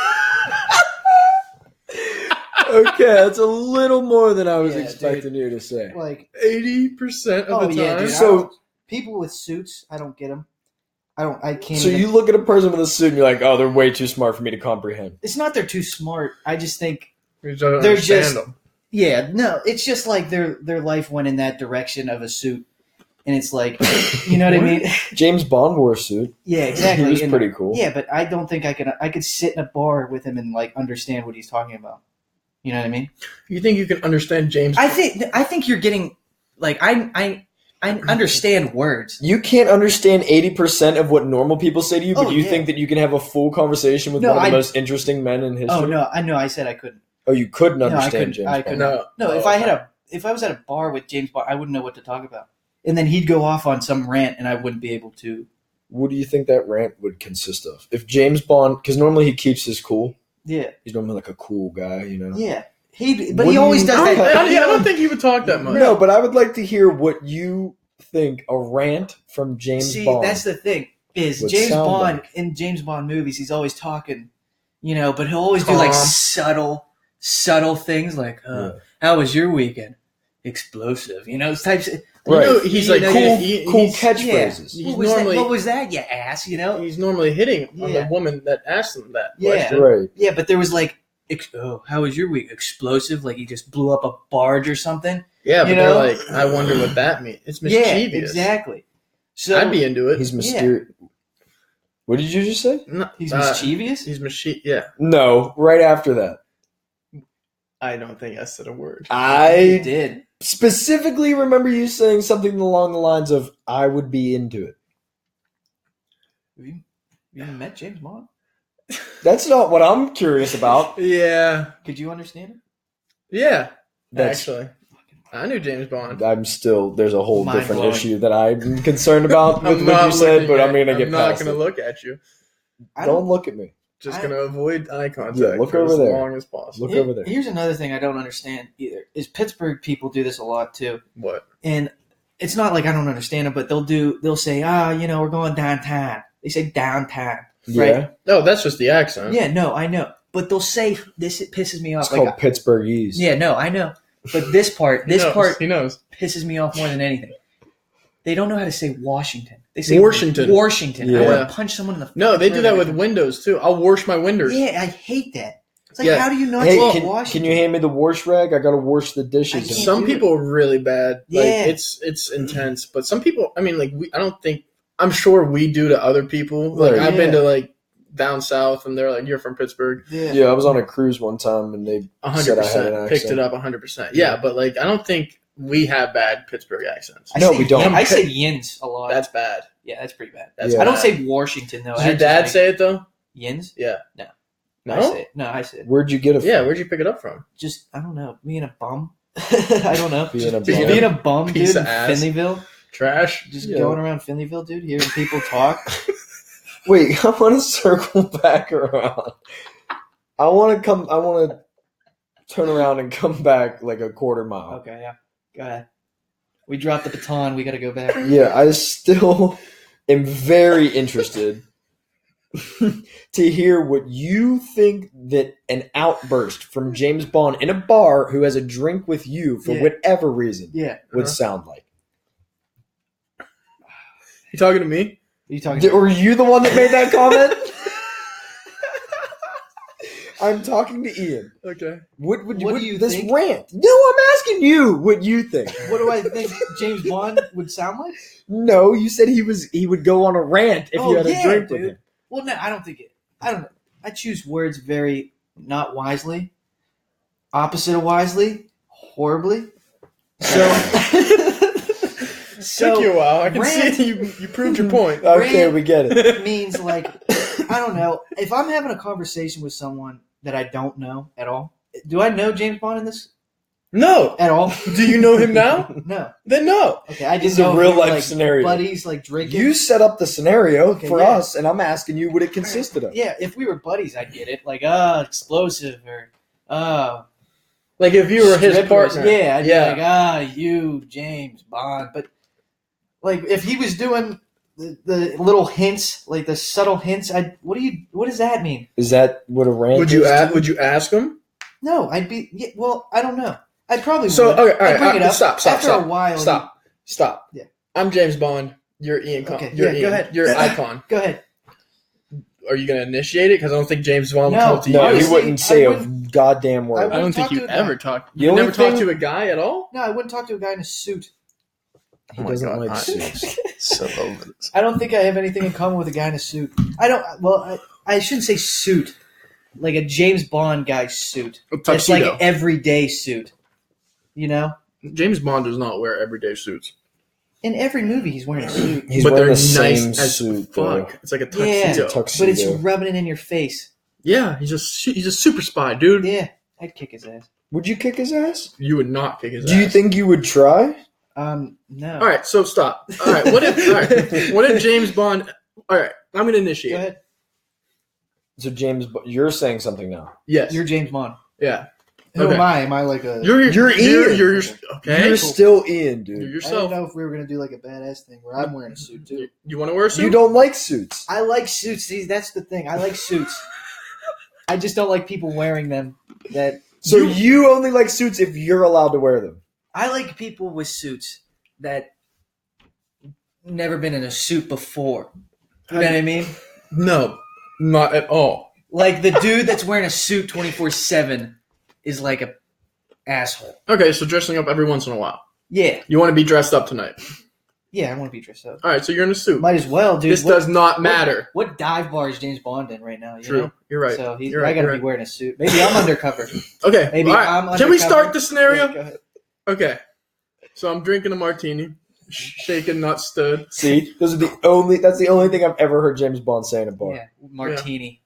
[SPEAKER 3] about.
[SPEAKER 2] Okay, that's a little more than I was
[SPEAKER 3] Yeah,
[SPEAKER 2] expecting you to say.
[SPEAKER 3] Like,
[SPEAKER 1] 80% of
[SPEAKER 3] oh
[SPEAKER 1] the
[SPEAKER 3] yeah,
[SPEAKER 1] time.
[SPEAKER 3] dude.
[SPEAKER 2] So-
[SPEAKER 3] So people with suits, I don't get them. I don't. I can't.
[SPEAKER 2] So
[SPEAKER 3] even-
[SPEAKER 2] you look at a person with a suit and you're like, oh, they're way too smart for me to comprehend.
[SPEAKER 3] it's not they're too smart. I just think
[SPEAKER 1] we just don't
[SPEAKER 3] They're
[SPEAKER 1] understand
[SPEAKER 3] just-
[SPEAKER 1] them.
[SPEAKER 3] Yeah, no, it's just like their their life went in that direction of a suit, and it's like, you know what I mean?
[SPEAKER 2] James Bond wore a suit.
[SPEAKER 3] Yeah, exactly.
[SPEAKER 2] He was
[SPEAKER 3] and-
[SPEAKER 2] pretty cool.
[SPEAKER 3] Yeah, but I don't think I could I could sit in a bar with him and like understand what he's talking about. You know what I mean?
[SPEAKER 1] You think you can understand James?
[SPEAKER 3] I think I think you're getting like I I I understand words.
[SPEAKER 2] You can't understand 80% of what normal people say to you, but
[SPEAKER 3] Oh,
[SPEAKER 2] you
[SPEAKER 3] yeah.
[SPEAKER 2] think that you can have a full conversation with
[SPEAKER 3] No,
[SPEAKER 2] one of the
[SPEAKER 3] I-
[SPEAKER 2] most interesting men in history?
[SPEAKER 3] Oh no, I know I said I couldn't.
[SPEAKER 2] Oh, you couldn't
[SPEAKER 3] No, I
[SPEAKER 2] understand
[SPEAKER 3] couldn't-
[SPEAKER 2] James
[SPEAKER 3] I
[SPEAKER 2] Bond.
[SPEAKER 3] couldn't.
[SPEAKER 1] no.
[SPEAKER 3] No,
[SPEAKER 2] Oh,
[SPEAKER 3] if I had a if I was at a bar with James Bond, I wouldn't know what to talk about. And then he'd go off on some rant, and I wouldn't be able to.
[SPEAKER 2] What do you think that rant would consist of? If James Bond, because normally he keeps his cool.
[SPEAKER 3] Yeah,
[SPEAKER 2] He's normally like a cool guy, you know?
[SPEAKER 3] yeah. He,
[SPEAKER 2] What
[SPEAKER 3] but
[SPEAKER 2] do
[SPEAKER 3] he always
[SPEAKER 2] you-
[SPEAKER 3] does
[SPEAKER 1] I
[SPEAKER 3] that.
[SPEAKER 1] don't, I don't- yeah, I don't think he would talk that much.
[SPEAKER 2] No, but I would like to hear what you think a rant from James
[SPEAKER 3] See,
[SPEAKER 2] Bond.
[SPEAKER 3] that's the thing is
[SPEAKER 2] would
[SPEAKER 3] James
[SPEAKER 2] sound
[SPEAKER 3] Bond
[SPEAKER 2] like.
[SPEAKER 3] in James Bond movies, he's always talking, you know, but he'll always do like
[SPEAKER 1] Calm.
[SPEAKER 3] subtle, subtle things like, uh, "How was your weekend?" Explosive, you know, types. Of,
[SPEAKER 1] You know,
[SPEAKER 2] Right.
[SPEAKER 1] he's
[SPEAKER 3] You
[SPEAKER 1] like
[SPEAKER 3] know,
[SPEAKER 1] cool,
[SPEAKER 2] Cool, cool
[SPEAKER 1] he's,
[SPEAKER 2] catchphrases.
[SPEAKER 1] He's
[SPEAKER 3] what was
[SPEAKER 1] normally-
[SPEAKER 3] that? What was that? You ass, you know.
[SPEAKER 1] he's normally hitting on the
[SPEAKER 3] Yeah.
[SPEAKER 1] woman that asked him that
[SPEAKER 3] Yeah.
[SPEAKER 1] question.
[SPEAKER 2] Right.
[SPEAKER 3] Yeah, but there was like, ex- "Oh, how was your week?" Explosive, like he just blew up a barge or something.
[SPEAKER 1] Yeah, but
[SPEAKER 3] You
[SPEAKER 1] they're
[SPEAKER 3] know?
[SPEAKER 1] like, I wonder what that means. It's
[SPEAKER 3] Yeah,
[SPEAKER 1] mischievous.
[SPEAKER 3] exactly. So
[SPEAKER 1] I'd be into it.
[SPEAKER 2] He's mysterious. What did you just say?
[SPEAKER 1] No,
[SPEAKER 3] he's
[SPEAKER 1] uh,
[SPEAKER 3] mischievous.
[SPEAKER 1] He's machine. Yeah,
[SPEAKER 2] No, right after that.
[SPEAKER 1] I don't think I said a word.
[SPEAKER 3] he
[SPEAKER 2] I
[SPEAKER 3] did.
[SPEAKER 2] specifically remember you saying something along the lines of, I would be into it.
[SPEAKER 3] Have you, you even met James Bond?
[SPEAKER 2] That's not what I'm curious about.
[SPEAKER 1] Yeah,
[SPEAKER 3] Could you understand him?
[SPEAKER 1] yeah.
[SPEAKER 2] That's-
[SPEAKER 1] actually, I knew James Bond.
[SPEAKER 2] I'm still, there's a whole
[SPEAKER 3] Mind
[SPEAKER 2] different
[SPEAKER 3] blowing.
[SPEAKER 2] issue that I'm concerned about with
[SPEAKER 1] I'm
[SPEAKER 2] what
[SPEAKER 1] not
[SPEAKER 2] you said,
[SPEAKER 1] looking
[SPEAKER 2] but
[SPEAKER 1] at-
[SPEAKER 2] I'm going to get
[SPEAKER 1] I'm not
[SPEAKER 2] past
[SPEAKER 1] gonna
[SPEAKER 2] it.
[SPEAKER 1] look at you.
[SPEAKER 3] I
[SPEAKER 2] Don't look at me.
[SPEAKER 1] Just
[SPEAKER 3] I-
[SPEAKER 1] gonna avoid eye contact.
[SPEAKER 2] Yeah, look
[SPEAKER 1] for
[SPEAKER 2] over
[SPEAKER 1] as
[SPEAKER 2] there.
[SPEAKER 1] long as possible.
[SPEAKER 2] Look
[SPEAKER 3] Here-
[SPEAKER 2] over there.
[SPEAKER 3] Here's another thing I don't understand either is Pittsburgh people do this a lot too,
[SPEAKER 1] What?
[SPEAKER 3] and it's not like I don't understand them, but they'll do they'll say ah you know we're going downtown. They say downtown,
[SPEAKER 2] Yeah.
[SPEAKER 3] right?
[SPEAKER 1] No, that's just the accent.
[SPEAKER 3] Yeah, no, I know, but they'll say this. It pisses me off.
[SPEAKER 2] It's
[SPEAKER 3] like,
[SPEAKER 2] called Pittsburghese.
[SPEAKER 3] yeah, no, I know, but this part
[SPEAKER 1] He
[SPEAKER 3] this
[SPEAKER 1] knows,
[SPEAKER 3] part
[SPEAKER 1] he knows.
[SPEAKER 3] pisses me off more than anything. They don't know how to say Washington. They say
[SPEAKER 1] Washington.
[SPEAKER 3] Washington. I
[SPEAKER 2] Yeah.
[SPEAKER 3] want to punch someone in the.
[SPEAKER 1] No, they do that with
[SPEAKER 3] Right.
[SPEAKER 1] windows too. I'll wash my windows.
[SPEAKER 3] Yeah, I hate that. It's like
[SPEAKER 1] Yeah.
[SPEAKER 3] how do you not
[SPEAKER 2] Hey,
[SPEAKER 3] say
[SPEAKER 2] can,
[SPEAKER 3] Washington?
[SPEAKER 2] can you hand me the wash rag? I gotta wash the dishes.
[SPEAKER 3] I can't
[SPEAKER 1] some
[SPEAKER 3] do it.
[SPEAKER 1] people are really bad. Like
[SPEAKER 3] Yeah.
[SPEAKER 1] it's it's intense. But some people, I mean, like we, I don't think I'm sure we do to other people. Like
[SPEAKER 2] Right.
[SPEAKER 1] I've been
[SPEAKER 3] Yeah.
[SPEAKER 1] to like down south, and they're like, "You're from Pittsburgh."
[SPEAKER 2] Yeah, I was on a cruise one time, and they
[SPEAKER 1] A
[SPEAKER 2] Said
[SPEAKER 1] hundred
[SPEAKER 2] I had an
[SPEAKER 1] percent picked
[SPEAKER 2] accent.
[SPEAKER 1] it up. a hundred percent. Yeah,
[SPEAKER 2] Yeah.
[SPEAKER 1] but like I don't think we have bad Pittsburgh accents.
[SPEAKER 3] I
[SPEAKER 2] No,
[SPEAKER 3] say,
[SPEAKER 2] we don't.
[SPEAKER 3] I say yins a lot.
[SPEAKER 1] That's bad.
[SPEAKER 3] yeah, that's pretty bad.
[SPEAKER 1] That's
[SPEAKER 2] Yeah.
[SPEAKER 1] bad.
[SPEAKER 3] I don't say Washington though.
[SPEAKER 1] Does
[SPEAKER 3] I
[SPEAKER 1] your
[SPEAKER 3] just
[SPEAKER 1] dad
[SPEAKER 3] think
[SPEAKER 1] say it though?
[SPEAKER 3] yins?
[SPEAKER 1] Yeah.
[SPEAKER 3] No.
[SPEAKER 1] No.
[SPEAKER 3] I say it. No, I say it.
[SPEAKER 2] where'd you get it?
[SPEAKER 1] Yeah,
[SPEAKER 2] from?
[SPEAKER 1] where'd you pick it up from?
[SPEAKER 3] Just I don't know. Being a bum. I don't know.
[SPEAKER 2] Being a
[SPEAKER 3] just
[SPEAKER 1] bum.
[SPEAKER 3] being a bum, dude.
[SPEAKER 1] Piece
[SPEAKER 3] In
[SPEAKER 1] of ass.
[SPEAKER 3] Finleyville.
[SPEAKER 1] Trash.
[SPEAKER 3] Just
[SPEAKER 2] Yeah.
[SPEAKER 3] going around Finleyville, dude. Hearing people talk.
[SPEAKER 2] Wait, I want to circle back around. I want to come. I want to turn around and come back like a quarter mile.
[SPEAKER 3] okay, yeah. Go ahead. We dropped the baton. We got to go back.
[SPEAKER 2] Yeah, I still am very interested to hear what you think that an outburst from James Bond in a bar who has a drink with you for
[SPEAKER 3] Yeah.
[SPEAKER 2] whatever reason
[SPEAKER 3] Yeah.
[SPEAKER 2] would
[SPEAKER 1] Uh-huh.
[SPEAKER 2] sound like.
[SPEAKER 1] You talking to me?
[SPEAKER 3] Are you talking?
[SPEAKER 2] D-
[SPEAKER 3] About?
[SPEAKER 2] Were you the one that made that comment? I'm talking to Ian.
[SPEAKER 1] Okay.
[SPEAKER 2] What would you,
[SPEAKER 3] What
[SPEAKER 2] what
[SPEAKER 3] do you
[SPEAKER 2] this
[SPEAKER 3] think?
[SPEAKER 2] rant? No, I'm asking you what you think.
[SPEAKER 3] What do I think James Bond would sound like?
[SPEAKER 2] No, you said he was he would go on a rant if
[SPEAKER 3] Oh,
[SPEAKER 2] you had
[SPEAKER 3] yeah,
[SPEAKER 2] a drink
[SPEAKER 3] dude.
[SPEAKER 2] with him.
[SPEAKER 3] Well, no, I don't think it. I don't. I choose words very not wisely. Opposite of wisely, horribly. So,
[SPEAKER 1] Took you
[SPEAKER 3] so
[SPEAKER 1] a while. I can
[SPEAKER 3] Rant.
[SPEAKER 1] see you. You proved your point.
[SPEAKER 2] Okay,
[SPEAKER 3] Rant.
[SPEAKER 2] we get it.
[SPEAKER 3] means like I don't know. If I'm having a conversation with someone that I don't know at all, do I know James Bond in this
[SPEAKER 1] No.
[SPEAKER 3] at all?
[SPEAKER 1] Do you know him now?
[SPEAKER 3] No.
[SPEAKER 1] Then no.
[SPEAKER 3] Okay, I
[SPEAKER 2] This
[SPEAKER 3] just
[SPEAKER 2] is a
[SPEAKER 3] know
[SPEAKER 2] real
[SPEAKER 3] if,
[SPEAKER 2] life
[SPEAKER 3] like,
[SPEAKER 2] scenario.
[SPEAKER 3] Buddies like drinking.
[SPEAKER 2] You set up the scenario
[SPEAKER 3] Okay,
[SPEAKER 2] for
[SPEAKER 3] yeah.
[SPEAKER 2] us, and I'm asking you what it consisted of.
[SPEAKER 3] yeah, if we were buddies, I'd get it. Like, ah, explosive or ah,
[SPEAKER 1] Like if you were his
[SPEAKER 3] strippers.
[SPEAKER 1] partner.
[SPEAKER 3] Yeah, I'd
[SPEAKER 1] Yeah.
[SPEAKER 3] be like, ah, you, James Bond. But like, if he was doing the, the little hints, like the subtle hints, I what do you? What does that mean?
[SPEAKER 2] Is that what a rant?
[SPEAKER 1] Would you
[SPEAKER 2] is to
[SPEAKER 1] ask? Would you ask him?
[SPEAKER 3] No, I'd be. Yeah, well, I don't know. I probably
[SPEAKER 1] So
[SPEAKER 3] would.
[SPEAKER 1] okay, all
[SPEAKER 3] I'd
[SPEAKER 1] right.
[SPEAKER 3] bring
[SPEAKER 1] uh,
[SPEAKER 3] it up
[SPEAKER 1] Stop. Stop.
[SPEAKER 3] after
[SPEAKER 1] stop.
[SPEAKER 3] a while.
[SPEAKER 1] Stop. Stop.
[SPEAKER 3] Yeah.
[SPEAKER 1] I'm James Bond. You're Ian. Con-
[SPEAKER 3] Okay,
[SPEAKER 1] you're
[SPEAKER 3] yeah, go
[SPEAKER 1] Ian.
[SPEAKER 3] ahead.
[SPEAKER 1] You're icon.
[SPEAKER 3] Go ahead.
[SPEAKER 1] Are you gonna initiate it? Because I don't think James Bond would
[SPEAKER 3] No,
[SPEAKER 1] come to
[SPEAKER 2] No,
[SPEAKER 1] you.
[SPEAKER 2] he
[SPEAKER 3] Honestly,
[SPEAKER 2] wouldn't say a
[SPEAKER 3] I wouldn't-
[SPEAKER 2] goddamn
[SPEAKER 3] I
[SPEAKER 2] word.
[SPEAKER 3] wouldn't- don't think you ever
[SPEAKER 1] talk.
[SPEAKER 2] The
[SPEAKER 1] You never
[SPEAKER 2] only
[SPEAKER 1] talk
[SPEAKER 2] thing-
[SPEAKER 1] to a guy at all.
[SPEAKER 3] No, I wouldn't talk to a guy in a suit.
[SPEAKER 2] He
[SPEAKER 1] Oh my
[SPEAKER 2] doesn't
[SPEAKER 1] God,
[SPEAKER 2] like
[SPEAKER 1] I-
[SPEAKER 2] suits.
[SPEAKER 4] So over this.
[SPEAKER 3] I don't think I have anything in common with a guy in a suit. I don't. Well, I, I shouldn't say suit. Like a James Bond guy suit. It's like
[SPEAKER 1] Tuxedo.
[SPEAKER 3] an everyday suit. You know,
[SPEAKER 1] James Bond does not wear everyday suits,
[SPEAKER 3] in every movie he's wearing a suit,
[SPEAKER 2] He's
[SPEAKER 1] but they're
[SPEAKER 2] wearing the
[SPEAKER 1] nice
[SPEAKER 2] same
[SPEAKER 1] as
[SPEAKER 2] suit. bro.
[SPEAKER 1] fuck. It's like a
[SPEAKER 3] Yeah.
[SPEAKER 1] tuxedo.
[SPEAKER 2] It's a tuxedo.
[SPEAKER 3] but it's rubbing it in your face.
[SPEAKER 1] yeah, he's a su- he's a super spy, dude.
[SPEAKER 3] Yeah, I'd kick his ass.
[SPEAKER 2] Would you kick his ass?
[SPEAKER 1] You would not kick his
[SPEAKER 2] Do you
[SPEAKER 1] ass.
[SPEAKER 2] think you would try?
[SPEAKER 3] Um, no.
[SPEAKER 1] All right, so stop. All right, what if all right, what if James Bond? All right, I'm gonna
[SPEAKER 3] Go
[SPEAKER 1] initiate.
[SPEAKER 3] ahead.
[SPEAKER 2] So James, Bo- you're saying something now.
[SPEAKER 1] Yes.
[SPEAKER 3] You're James Bond.
[SPEAKER 1] yeah.
[SPEAKER 3] Who
[SPEAKER 1] Okay.
[SPEAKER 3] am I? Am I like a?
[SPEAKER 1] You're
[SPEAKER 2] You're
[SPEAKER 1] you're,
[SPEAKER 2] Ian.
[SPEAKER 1] you're, okay.
[SPEAKER 2] You're
[SPEAKER 1] You're,
[SPEAKER 2] still Ian, dude.
[SPEAKER 3] I don't
[SPEAKER 1] yourself.
[SPEAKER 3] know if we were gonna do like a badass thing where I'm wearing a suit too.
[SPEAKER 1] You, want to wear a suit?
[SPEAKER 2] You don't like suits.
[SPEAKER 3] I like suits. See, that's the thing. I like suits. I just don't like people wearing them. That
[SPEAKER 2] So
[SPEAKER 1] You-
[SPEAKER 2] you, only like suits if you're allowed to wear them.
[SPEAKER 4] I like people with suits.
[SPEAKER 3] that never been in a suit before. You
[SPEAKER 1] How
[SPEAKER 3] know
[SPEAKER 1] do
[SPEAKER 3] what I mean?
[SPEAKER 1] no, not at all.
[SPEAKER 3] Like the dude that's wearing a suit twenty four seven is like a asshole.
[SPEAKER 1] Okay, so dressing up every once in a while.
[SPEAKER 3] Yeah,
[SPEAKER 1] You want to be dressed up tonight.
[SPEAKER 3] yeah. I want to be dressed up.
[SPEAKER 1] All right, so you're in a suit.
[SPEAKER 3] Might as well, dude.
[SPEAKER 1] this
[SPEAKER 3] what,
[SPEAKER 1] does not matter.
[SPEAKER 3] what dive bar is James Bond in right now? You
[SPEAKER 1] True.
[SPEAKER 3] Know?
[SPEAKER 1] You're right.
[SPEAKER 3] So he's,
[SPEAKER 1] You're right,
[SPEAKER 3] I gotta
[SPEAKER 1] you're
[SPEAKER 3] be wearing a suit. Maybe I'm undercover.
[SPEAKER 1] Okay.
[SPEAKER 3] Maybe
[SPEAKER 1] all right.
[SPEAKER 3] I'm
[SPEAKER 1] Can we start
[SPEAKER 3] undercover.
[SPEAKER 1] the
[SPEAKER 3] Yeah,
[SPEAKER 1] scenario?
[SPEAKER 3] go ahead.
[SPEAKER 1] Okay. So I'm drinking a martini, sh- shaken, not stirred.
[SPEAKER 2] See, those are the only. That's the only thing I've ever heard James Bond say in a bar.
[SPEAKER 3] Yeah, martini.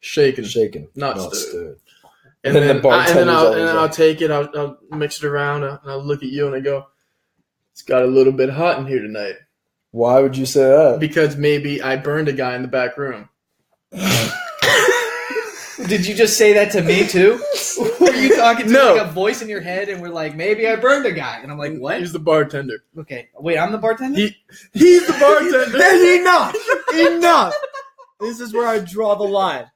[SPEAKER 1] Shaken.
[SPEAKER 2] Shaken,
[SPEAKER 1] Not stood.
[SPEAKER 2] stood.
[SPEAKER 1] And
[SPEAKER 2] And
[SPEAKER 1] then, I,
[SPEAKER 2] the
[SPEAKER 1] and then
[SPEAKER 2] bartender's
[SPEAKER 1] I'll, and
[SPEAKER 2] always
[SPEAKER 1] then I'll
[SPEAKER 2] like-
[SPEAKER 1] take it. I'll, I'll mix it around, uh, and I'll look at you, and I go, "It's got a little bit hot in here tonight
[SPEAKER 2] Why would you say that?
[SPEAKER 1] because maybe I burned a guy in the back room."
[SPEAKER 3] Did you just say that to me too? Were you talking to
[SPEAKER 1] No.
[SPEAKER 3] like a voice in your head and we're like, maybe I burned a guy? And I'm like, what?
[SPEAKER 1] He's the bartender.
[SPEAKER 3] Okay, wait, I'm the bartender?
[SPEAKER 1] He- He's the bartender.
[SPEAKER 2] enough, enough. This is where I draw the line.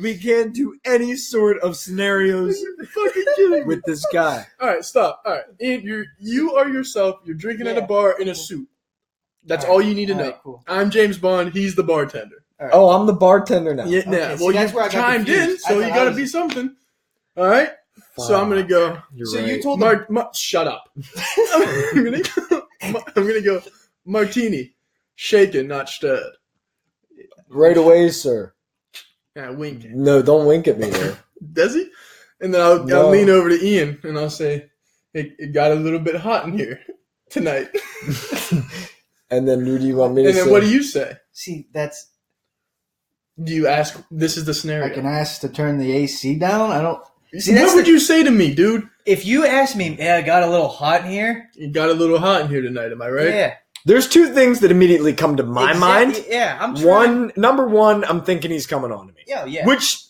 [SPEAKER 2] We can't do any sort of scenarios
[SPEAKER 1] You're fucking kidding me.
[SPEAKER 2] with this guy.
[SPEAKER 1] All right, stop. All right, Ian, you you are yourself. You're drinking at a
[SPEAKER 3] Yeah.
[SPEAKER 1] bar in a suit. That's all,
[SPEAKER 3] All right.
[SPEAKER 1] you need to
[SPEAKER 3] All
[SPEAKER 1] know.
[SPEAKER 3] right, cool.
[SPEAKER 1] I'm James Bond. He's the bartender.
[SPEAKER 2] Oh, I'm the bartender now.
[SPEAKER 1] Yeah,
[SPEAKER 3] Okay,
[SPEAKER 1] now,
[SPEAKER 3] see,
[SPEAKER 1] well,
[SPEAKER 3] that's
[SPEAKER 1] you
[SPEAKER 3] where I got
[SPEAKER 1] chimed in,
[SPEAKER 3] confused. I
[SPEAKER 1] so
[SPEAKER 3] thought
[SPEAKER 1] you
[SPEAKER 3] I
[SPEAKER 1] got to
[SPEAKER 3] was-
[SPEAKER 1] be something. All right, so I'm gonna go.
[SPEAKER 2] You're
[SPEAKER 3] So
[SPEAKER 2] right.
[SPEAKER 3] you told them
[SPEAKER 1] Mar- Mar- shut up. I'm gonna go. Ma- I'm gonna go. Martini, shaken, not stirred.
[SPEAKER 2] right away, sir.
[SPEAKER 1] And I wink.
[SPEAKER 2] No, don't wink at me there.
[SPEAKER 1] Does he? And then I'll, I'll
[SPEAKER 2] No.
[SPEAKER 1] lean over to Ian and I'll say, "It, it got a little bit hot in here tonight."
[SPEAKER 2] and then who do you want me to
[SPEAKER 1] And
[SPEAKER 2] say?
[SPEAKER 1] then what do you say?
[SPEAKER 3] See, that's.
[SPEAKER 1] Do you ask? This is the scenario.
[SPEAKER 3] I can ask to turn the AC down. I don't. See,
[SPEAKER 1] what
[SPEAKER 3] that's
[SPEAKER 1] would
[SPEAKER 3] the-
[SPEAKER 1] you say to me, dude?
[SPEAKER 3] If you ask me, yeah, I got a little hot in here.
[SPEAKER 1] It got a little hot in here tonight. Am I right?
[SPEAKER 3] Yeah.
[SPEAKER 2] There's two things that immediately come to my
[SPEAKER 3] Exact-
[SPEAKER 2] mind.
[SPEAKER 3] Yeah, I'm trying.
[SPEAKER 2] One, number one, I'm thinking he's coming on to me.
[SPEAKER 3] Yeah, yeah.
[SPEAKER 2] Which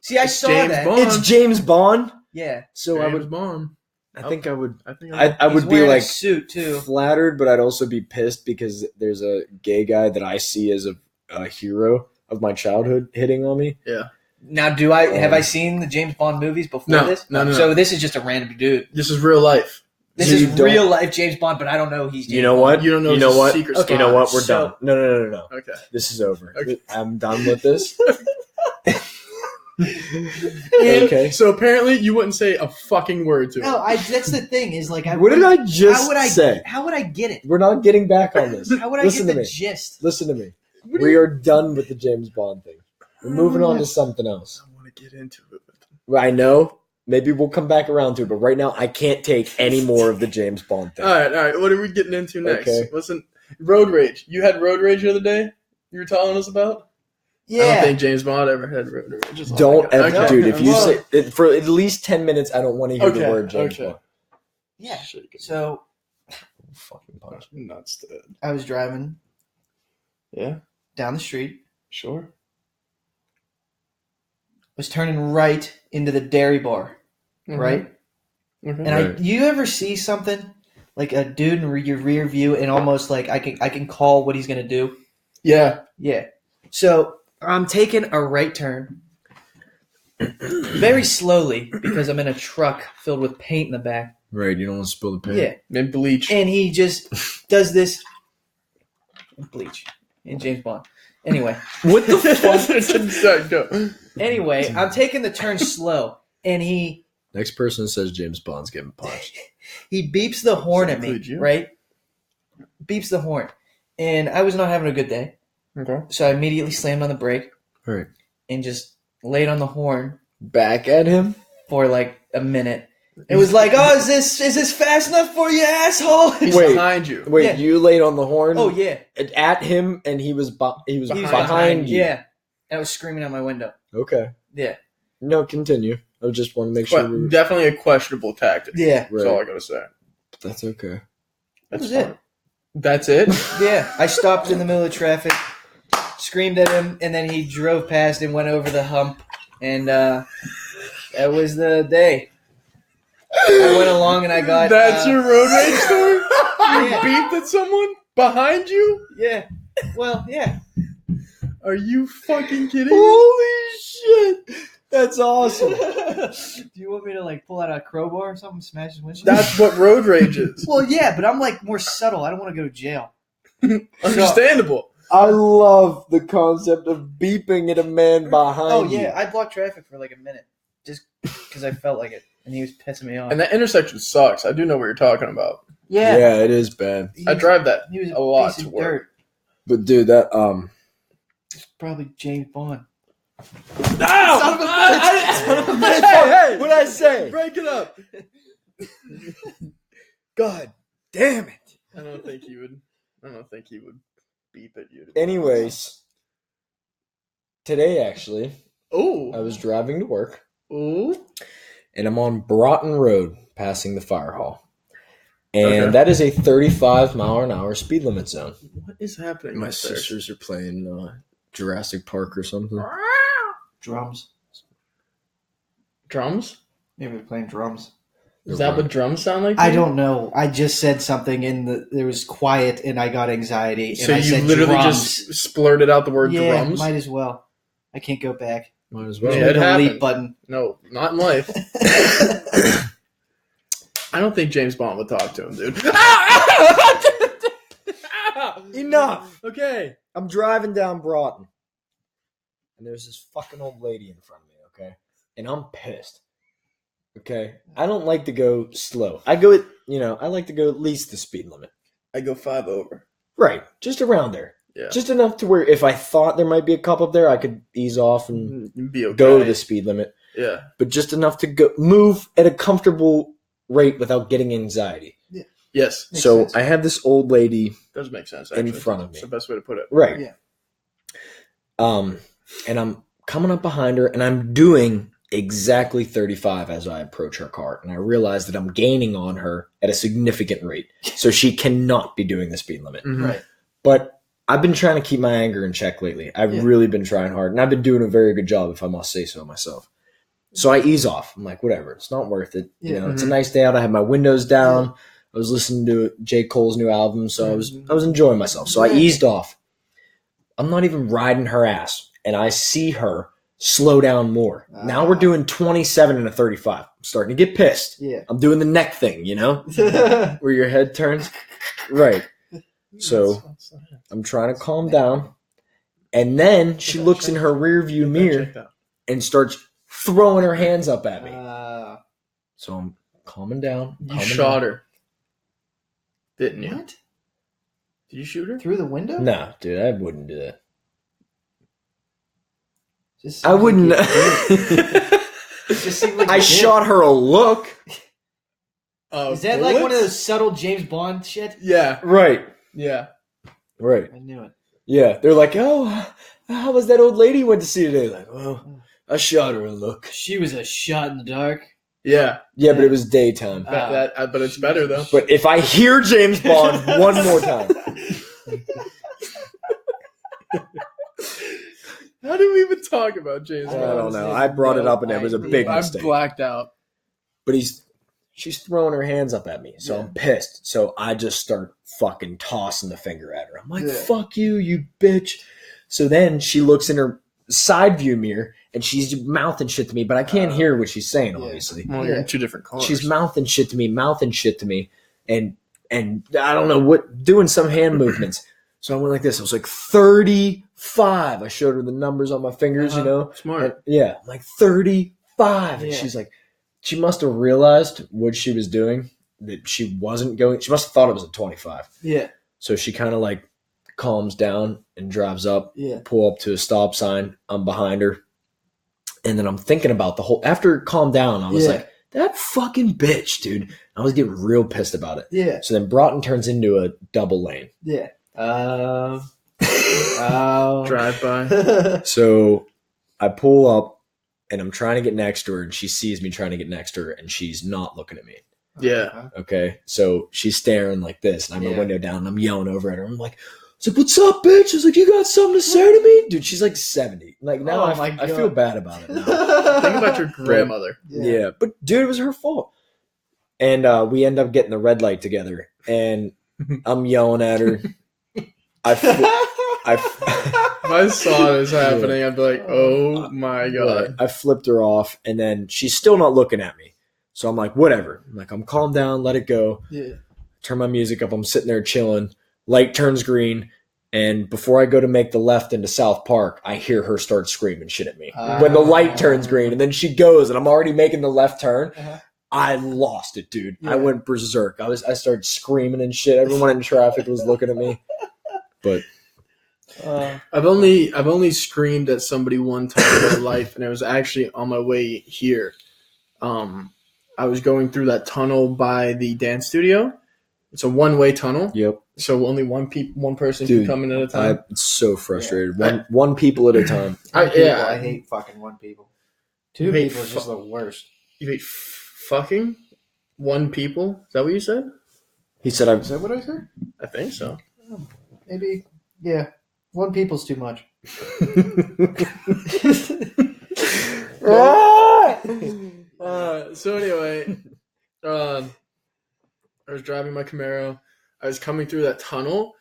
[SPEAKER 3] See, I
[SPEAKER 1] It's
[SPEAKER 3] saw
[SPEAKER 1] James
[SPEAKER 3] that.
[SPEAKER 1] Bond.
[SPEAKER 2] it's James Bond,
[SPEAKER 3] Yeah.
[SPEAKER 2] so I would.
[SPEAKER 1] bomb.
[SPEAKER 2] I think I would.
[SPEAKER 1] I think
[SPEAKER 2] I, I
[SPEAKER 3] He's
[SPEAKER 2] would be
[SPEAKER 3] wearing a
[SPEAKER 2] like
[SPEAKER 3] suit, too.
[SPEAKER 2] flattered, but I'd also be pissed because there's a gay guy that I see as a, a hero of my childhood hitting on me.
[SPEAKER 3] Now, do I. Have
[SPEAKER 2] Um,
[SPEAKER 3] I seen the James Bond movies before
[SPEAKER 1] No,
[SPEAKER 3] this?
[SPEAKER 1] no, no, no.
[SPEAKER 3] So this is just a random dude.
[SPEAKER 1] this is real life.
[SPEAKER 3] This
[SPEAKER 2] So
[SPEAKER 3] is
[SPEAKER 2] you don't-
[SPEAKER 3] real life James Bond, but I don't know he's James
[SPEAKER 2] You know what?
[SPEAKER 1] You don't know
[SPEAKER 2] You
[SPEAKER 1] it's
[SPEAKER 2] know
[SPEAKER 1] a
[SPEAKER 2] what?
[SPEAKER 1] secret
[SPEAKER 2] You
[SPEAKER 1] spot.
[SPEAKER 2] know what? We're
[SPEAKER 3] So-
[SPEAKER 2] done. No, no, no, no, no.
[SPEAKER 1] Okay.
[SPEAKER 2] This is over.
[SPEAKER 1] Okay.
[SPEAKER 2] I'm done with this.
[SPEAKER 3] Bond.
[SPEAKER 2] Okay.
[SPEAKER 1] So apparently you wouldn't say a fucking word to
[SPEAKER 3] No,
[SPEAKER 1] him.
[SPEAKER 3] I, that's the thing is like I
[SPEAKER 2] What did I
[SPEAKER 3] how
[SPEAKER 2] just
[SPEAKER 3] would I
[SPEAKER 2] say?
[SPEAKER 3] how would I get it?
[SPEAKER 2] We're not getting back on this.
[SPEAKER 3] How would I
[SPEAKER 2] Listen
[SPEAKER 3] get
[SPEAKER 2] to
[SPEAKER 3] the
[SPEAKER 2] me.
[SPEAKER 3] gist?
[SPEAKER 2] Listen to me.
[SPEAKER 1] What do
[SPEAKER 2] we
[SPEAKER 1] you- Oh.
[SPEAKER 2] are done with the James Bond thing. We're moving on to something else.
[SPEAKER 1] I want to get into it.
[SPEAKER 2] Well, I know. Maybe we'll come back around to it, but right now I can't take any more of the James Bond thing.
[SPEAKER 1] All right, all right. What are we getting into next?
[SPEAKER 2] Okay.
[SPEAKER 1] Listen, road rage. You had road rage the other day. You were telling us about. I don't
[SPEAKER 3] Yeah.
[SPEAKER 1] think James Bond ever had written a religious.
[SPEAKER 2] Don't ever,
[SPEAKER 1] Okay.
[SPEAKER 2] dude. If you
[SPEAKER 1] Well-
[SPEAKER 2] say it, for at least ten minutes, I don't want to hear the
[SPEAKER 1] Okay,
[SPEAKER 2] word James
[SPEAKER 1] okay.
[SPEAKER 2] Bond.
[SPEAKER 3] yeah.
[SPEAKER 1] Shake it.
[SPEAKER 3] So
[SPEAKER 2] Fucking punch.
[SPEAKER 1] Nuts, dude.
[SPEAKER 3] I was driving
[SPEAKER 1] Yeah,
[SPEAKER 3] down the street,
[SPEAKER 1] sure.
[SPEAKER 3] was turning right into the dairy bar,
[SPEAKER 1] Mhm.
[SPEAKER 3] right?
[SPEAKER 1] Okay.
[SPEAKER 3] And
[SPEAKER 2] Right.
[SPEAKER 3] I, you ever see something like a dude in re- your rear view and almost like I can I can call what he's gonna do.
[SPEAKER 1] yeah.
[SPEAKER 3] Yeah. So I'm taking a right turn, very slowly because I'm in a truck filled with paint in the back.
[SPEAKER 2] Right, you don't want to spill the paint.
[SPEAKER 3] Yeah.
[SPEAKER 1] And bleach.
[SPEAKER 3] And he just does this bleach and James Bond. Anyway,
[SPEAKER 2] What the
[SPEAKER 1] Fuck,
[SPEAKER 2] fuck?
[SPEAKER 1] it's insane, no.
[SPEAKER 3] anyway, I'm taking the turn slow, and he
[SPEAKER 2] Next person says James Bond's getting punched.
[SPEAKER 3] he beeps the horn at me,
[SPEAKER 1] include you?
[SPEAKER 3] right? Beeps the horn. And I was not having a good day,
[SPEAKER 1] Okay.
[SPEAKER 3] so I immediately slammed on the brake
[SPEAKER 2] Right.
[SPEAKER 3] and just laid on the horn
[SPEAKER 2] Back at him.
[SPEAKER 3] for like a minute. It was like, "Oh, is this is this fast enough for you, asshole?"
[SPEAKER 1] He's
[SPEAKER 2] Wait.
[SPEAKER 1] behind you.
[SPEAKER 2] Wait,
[SPEAKER 3] Yeah.
[SPEAKER 2] you laid on the horn.
[SPEAKER 3] oh yeah,
[SPEAKER 2] at him, and he was bu- he was
[SPEAKER 1] He
[SPEAKER 2] behind,
[SPEAKER 1] was
[SPEAKER 3] behind-
[SPEAKER 2] you.
[SPEAKER 3] Yeah, I was screaming out my window.
[SPEAKER 2] Okay.
[SPEAKER 3] Yeah,
[SPEAKER 2] No, continue. I just want to make sure.
[SPEAKER 1] But
[SPEAKER 2] We
[SPEAKER 1] definitely a questionable tactic.
[SPEAKER 3] yeah,
[SPEAKER 1] That's all I gotta say.
[SPEAKER 2] That's okay.
[SPEAKER 1] That's
[SPEAKER 3] was it.
[SPEAKER 1] fine. That's it.
[SPEAKER 3] yeah. I stopped in the middle of traffic, screamed at him, and then he drove past and went over the hump, and uh, that was the day. I went along and I got
[SPEAKER 1] That's
[SPEAKER 3] uh,
[SPEAKER 1] your road rage story. you
[SPEAKER 3] Yeah.
[SPEAKER 1] beeped at someone behind you.
[SPEAKER 3] Yeah. Well, yeah.
[SPEAKER 1] Are you fucking kidding? me?
[SPEAKER 2] Holy shit! That's awesome.
[SPEAKER 3] Do you want me to like pull out a crowbar or something, smash his windshield?
[SPEAKER 1] That's what road rage is.
[SPEAKER 3] well, yeah, but I'm like more subtle. I don't want to go to jail.
[SPEAKER 1] Understandable.
[SPEAKER 2] I love the concept of beeping at a man behind
[SPEAKER 3] Oh
[SPEAKER 2] you.
[SPEAKER 3] yeah, I blocked traffic for like a minute just because I felt like it, and he was pissing me off.
[SPEAKER 1] And that intersection sucks. I do know what you're talking about.
[SPEAKER 3] yeah,
[SPEAKER 2] it is bad.
[SPEAKER 3] he
[SPEAKER 1] I
[SPEAKER 3] was-
[SPEAKER 1] drive that.
[SPEAKER 3] He was a,
[SPEAKER 1] a lot
[SPEAKER 3] piece
[SPEAKER 1] to
[SPEAKER 3] of
[SPEAKER 1] work.
[SPEAKER 3] dirt.
[SPEAKER 2] But dude, that um,
[SPEAKER 3] It's probably James Bond.
[SPEAKER 2] no. Hey, hey, what I say?
[SPEAKER 1] Break it up.
[SPEAKER 2] God damn it.
[SPEAKER 1] I don't think he would. I don't think he would beep at you.
[SPEAKER 2] Anyways, today actually, I
[SPEAKER 1] Oh.
[SPEAKER 2] was driving to work.
[SPEAKER 1] Oh.
[SPEAKER 2] and I'm on Broughton Road passing the fire hall. And
[SPEAKER 1] Okay.
[SPEAKER 2] that is a 35 mile an hour speed limit zone.
[SPEAKER 1] What is happening?
[SPEAKER 2] My
[SPEAKER 1] out there?
[SPEAKER 2] sisters are playing uh, Jurassic Park or something.
[SPEAKER 3] Drums.
[SPEAKER 1] Drums?
[SPEAKER 3] Maybe they're playing drums.
[SPEAKER 1] Is that what drums sound like? to
[SPEAKER 3] I
[SPEAKER 1] you?
[SPEAKER 3] don't know. I just said something, and the, there was quiet, and I got anxiety. And
[SPEAKER 1] So
[SPEAKER 3] I
[SPEAKER 1] you
[SPEAKER 3] said
[SPEAKER 1] literally
[SPEAKER 3] drums.
[SPEAKER 1] just splurted out the word
[SPEAKER 3] yeah,
[SPEAKER 1] drums?
[SPEAKER 3] might as well. I can't go back.
[SPEAKER 2] Might as
[SPEAKER 1] Yeah,
[SPEAKER 2] well.
[SPEAKER 1] it
[SPEAKER 3] Hit the
[SPEAKER 1] happened.
[SPEAKER 3] leap button.
[SPEAKER 1] No, not in life. I don't think James Bond would talk to him, dude.
[SPEAKER 2] Enough.
[SPEAKER 1] Okay.
[SPEAKER 2] I'm driving down Broughton, and there's this fucking old lady in front of me, okay? And I'm pissed. Okay? I don't like to go slow. I go at, you know, I like to go at least the speed limit.
[SPEAKER 1] I go five over.
[SPEAKER 2] Right. Just around there.
[SPEAKER 1] Yeah.
[SPEAKER 2] Just enough to where if I thought there might be a cop up there, I could ease off and
[SPEAKER 1] You'd be okay.
[SPEAKER 2] Mm. go to the speed limit,
[SPEAKER 1] Yeah.
[SPEAKER 2] but just enough to go move at a comfortable rate without getting anxiety.
[SPEAKER 1] Yes.
[SPEAKER 3] Makes
[SPEAKER 2] so
[SPEAKER 3] sense.
[SPEAKER 2] I have this old lady,
[SPEAKER 1] Does make sense.
[SPEAKER 2] In
[SPEAKER 1] Actually.
[SPEAKER 2] front of
[SPEAKER 1] That's
[SPEAKER 2] me.
[SPEAKER 1] the best way to put it.
[SPEAKER 2] right?
[SPEAKER 3] Yeah.
[SPEAKER 2] Um, and I'm coming up behind her, and I'm doing exactly 35 as I approach her car, and I realize that I'm gaining on her at a significant rate, so she cannot be doing the speed limit.
[SPEAKER 1] Mm-hmm.
[SPEAKER 3] Right.
[SPEAKER 2] But I've been trying to keep my anger in check lately. I've
[SPEAKER 3] Yeah.
[SPEAKER 2] really been trying hard, and I've been doing a very good job, if I must say so myself. So I ease off. I'm like, whatever, it's not worth it. You
[SPEAKER 3] Yeah.
[SPEAKER 2] know, it's a nice day out. I had my windows down. I was listening to J. Cole's new album, so I was I was enjoying myself. So I
[SPEAKER 3] Mm-hmm. Yeah.
[SPEAKER 2] eased off. I'm not even riding her ass, and I see her slow down more. now we're
[SPEAKER 3] Ah.
[SPEAKER 2] doing 27 and a 35. I'm starting to get pissed.
[SPEAKER 3] Yeah.
[SPEAKER 2] I'm doing the neck thing, you know,
[SPEAKER 3] yeah.
[SPEAKER 2] where your head turns. right. So I'm trying to calm down. And then she
[SPEAKER 1] Yeah,
[SPEAKER 2] looks
[SPEAKER 1] check-
[SPEAKER 2] in her rear view mirror
[SPEAKER 1] Check that.
[SPEAKER 2] and starts throwing her hands up at me.
[SPEAKER 3] Uh,
[SPEAKER 2] So I'm calming down.
[SPEAKER 1] You
[SPEAKER 2] calming
[SPEAKER 1] shot her, didn't you?
[SPEAKER 3] what?
[SPEAKER 1] Did you shoot her?
[SPEAKER 3] Through the window?
[SPEAKER 2] down. Nah, dude, I wouldn't do that.
[SPEAKER 3] Just
[SPEAKER 2] I
[SPEAKER 3] seemed like
[SPEAKER 2] wouldn't.
[SPEAKER 3] you did. It just seemed like
[SPEAKER 2] I
[SPEAKER 3] you did.
[SPEAKER 2] shot her a look.
[SPEAKER 1] Uh,
[SPEAKER 3] Is that like one of
[SPEAKER 1] bullets?
[SPEAKER 3] those subtle James Bond shit?
[SPEAKER 1] Yeah.
[SPEAKER 2] Right.
[SPEAKER 1] Yeah.
[SPEAKER 2] Right.
[SPEAKER 3] I knew it.
[SPEAKER 2] Yeah. They're like, oh, how was that old lady you went to see today? Like, well, I shot her a look.
[SPEAKER 5] She was a shot in the dark.
[SPEAKER 1] Yeah,
[SPEAKER 2] Yeah, but it was daytime.
[SPEAKER 1] that, that, uh, but it's better though.
[SPEAKER 2] But if I hear James Bond one more time,
[SPEAKER 1] How do we even talk about James
[SPEAKER 2] I
[SPEAKER 1] Bond?
[SPEAKER 2] don't know. I brought it up and it was a big
[SPEAKER 1] I'm
[SPEAKER 2] mistake.
[SPEAKER 1] blacked out.
[SPEAKER 2] But he's she's throwing her hands up at me, so I'm pissed. So I just start fucking tossing the finger at her. I'm like,
[SPEAKER 1] Yeah.
[SPEAKER 2] "Fuck you, you bitch!" So then she looks in her side view mirror and she's mouthing shit to me, but I can't
[SPEAKER 1] Uh,
[SPEAKER 2] hear what she's saying.
[SPEAKER 1] yeah.
[SPEAKER 2] Obviously,
[SPEAKER 1] Well, you're in two different cars.
[SPEAKER 2] she's mouthing shit to me, mouthing shit to me, and and I don't know what doing some hand movements. So I went like this. I was like thirty five. I showed her the numbers on my fingers, you
[SPEAKER 5] Uh-huh.
[SPEAKER 2] know.
[SPEAKER 1] smart.
[SPEAKER 2] And- yeah, I'm like 35. And
[SPEAKER 5] Yeah.
[SPEAKER 2] she's like, she must have realized what she was doing, that she wasn't going, she must have thought it was a 25.
[SPEAKER 5] Yeah.
[SPEAKER 2] So she kind of like calms down and drives up,
[SPEAKER 5] Yeah.
[SPEAKER 2] pull up to a stop sign. I'm behind her. And then I'm thinking about the whole, after it calmed down, I was
[SPEAKER 5] Yeah.
[SPEAKER 2] like, that fucking bitch, dude. I was getting real pissed about it.
[SPEAKER 5] Yeah.
[SPEAKER 2] So then Broughton turns into a double lane.
[SPEAKER 5] Yeah. Um.
[SPEAKER 3] um,
[SPEAKER 5] Oh.
[SPEAKER 1] Drive by.
[SPEAKER 2] So I pull up and I'm trying to get next to her, and she sees me trying to get next to her, and she's not looking at me.
[SPEAKER 1] Yeah.
[SPEAKER 2] Okay. So she's staring like this, and I have my
[SPEAKER 5] Yeah.
[SPEAKER 2] window down, and I'm yelling over at her. I'm like, I was like, what's up, bitch? I was like, you got something to say to me? Dude, she's like 70. Like, now
[SPEAKER 5] Oh
[SPEAKER 2] I,
[SPEAKER 5] my
[SPEAKER 2] I feel
[SPEAKER 5] God.
[SPEAKER 2] bad about it. Now.
[SPEAKER 1] Think about your grandmother.
[SPEAKER 2] yeah. But, dude, it was her fault. And uh, we end up getting the red light together, and I'm yelling at her. I, f- I, f-
[SPEAKER 1] If I saw this happening, I'd be like, oh my
[SPEAKER 2] Right.
[SPEAKER 1] god.
[SPEAKER 2] I flipped her off, and then she's still not looking at me. So I'm like, whatever. I'm like, I'm calm down, let it go.
[SPEAKER 5] Yeah.
[SPEAKER 2] Turn my music up. I'm sitting there chilling. Light turns green, and before I go to make the left into South Park, I hear her start screaming shit at me when the
[SPEAKER 5] Ah.
[SPEAKER 2] light turns green, and then she goes, and I'm already making the left turn.
[SPEAKER 5] Uh-huh.
[SPEAKER 2] I lost it, dude. I
[SPEAKER 5] Yeah.
[SPEAKER 2] went berserk. I was I started screaming and shit. Everyone in traffic was looking at me.
[SPEAKER 5] Uh,
[SPEAKER 1] I've only I've only screamed at somebody one time in my life, and it was actually on my way here. Um, I was going through that tunnel by the dance studio. It's a one way tunnel,
[SPEAKER 2] Yep.
[SPEAKER 1] so only one pe- one person
[SPEAKER 2] Dude,
[SPEAKER 1] can come in at a time.
[SPEAKER 2] I'm so frustrated. One one people at a time.
[SPEAKER 1] I, yeah,
[SPEAKER 5] I hate fucking one people. Two
[SPEAKER 1] Wait,
[SPEAKER 5] people is just the worst.
[SPEAKER 1] you hate f- fucking one people. Is that what you said?
[SPEAKER 2] He said I've
[SPEAKER 5] that what I said?
[SPEAKER 1] I think so.
[SPEAKER 5] Maybe. Yeah. One people's too much.
[SPEAKER 1] Ah! Uh, so anyway, um, I was driving my Camaro. I was coming through that tunnel,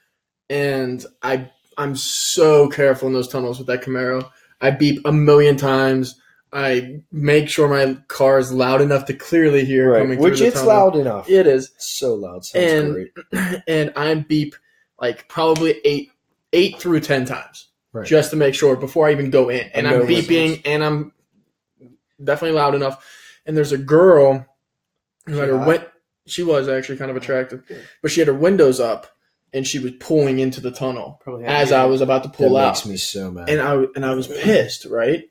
[SPEAKER 1] and I I'm so careful in those tunnels with that Camaro. I beep a million times. I make sure my car is loud enough to clearly hear coming
[SPEAKER 2] Which
[SPEAKER 1] through the
[SPEAKER 2] it's
[SPEAKER 1] tunnel.
[SPEAKER 2] loud enough.
[SPEAKER 1] It is,
[SPEAKER 2] so loud. Sounds
[SPEAKER 1] And-
[SPEAKER 2] great.
[SPEAKER 1] and I beep like probably eight eight through ten times
[SPEAKER 2] Right.
[SPEAKER 1] just to make sure before I even go in. And
[SPEAKER 2] I
[SPEAKER 1] I'm
[SPEAKER 2] know this
[SPEAKER 1] beeping and I'm definitely loud enough. And there's a girl who had her
[SPEAKER 5] She
[SPEAKER 1] went. She was actually kind of attractive, but she had her windows up and she was pulling into the tunnel
[SPEAKER 5] Probably
[SPEAKER 1] as I was about to pull
[SPEAKER 2] that
[SPEAKER 1] out
[SPEAKER 2] makes me so mad.
[SPEAKER 1] and I and I was pissed, right?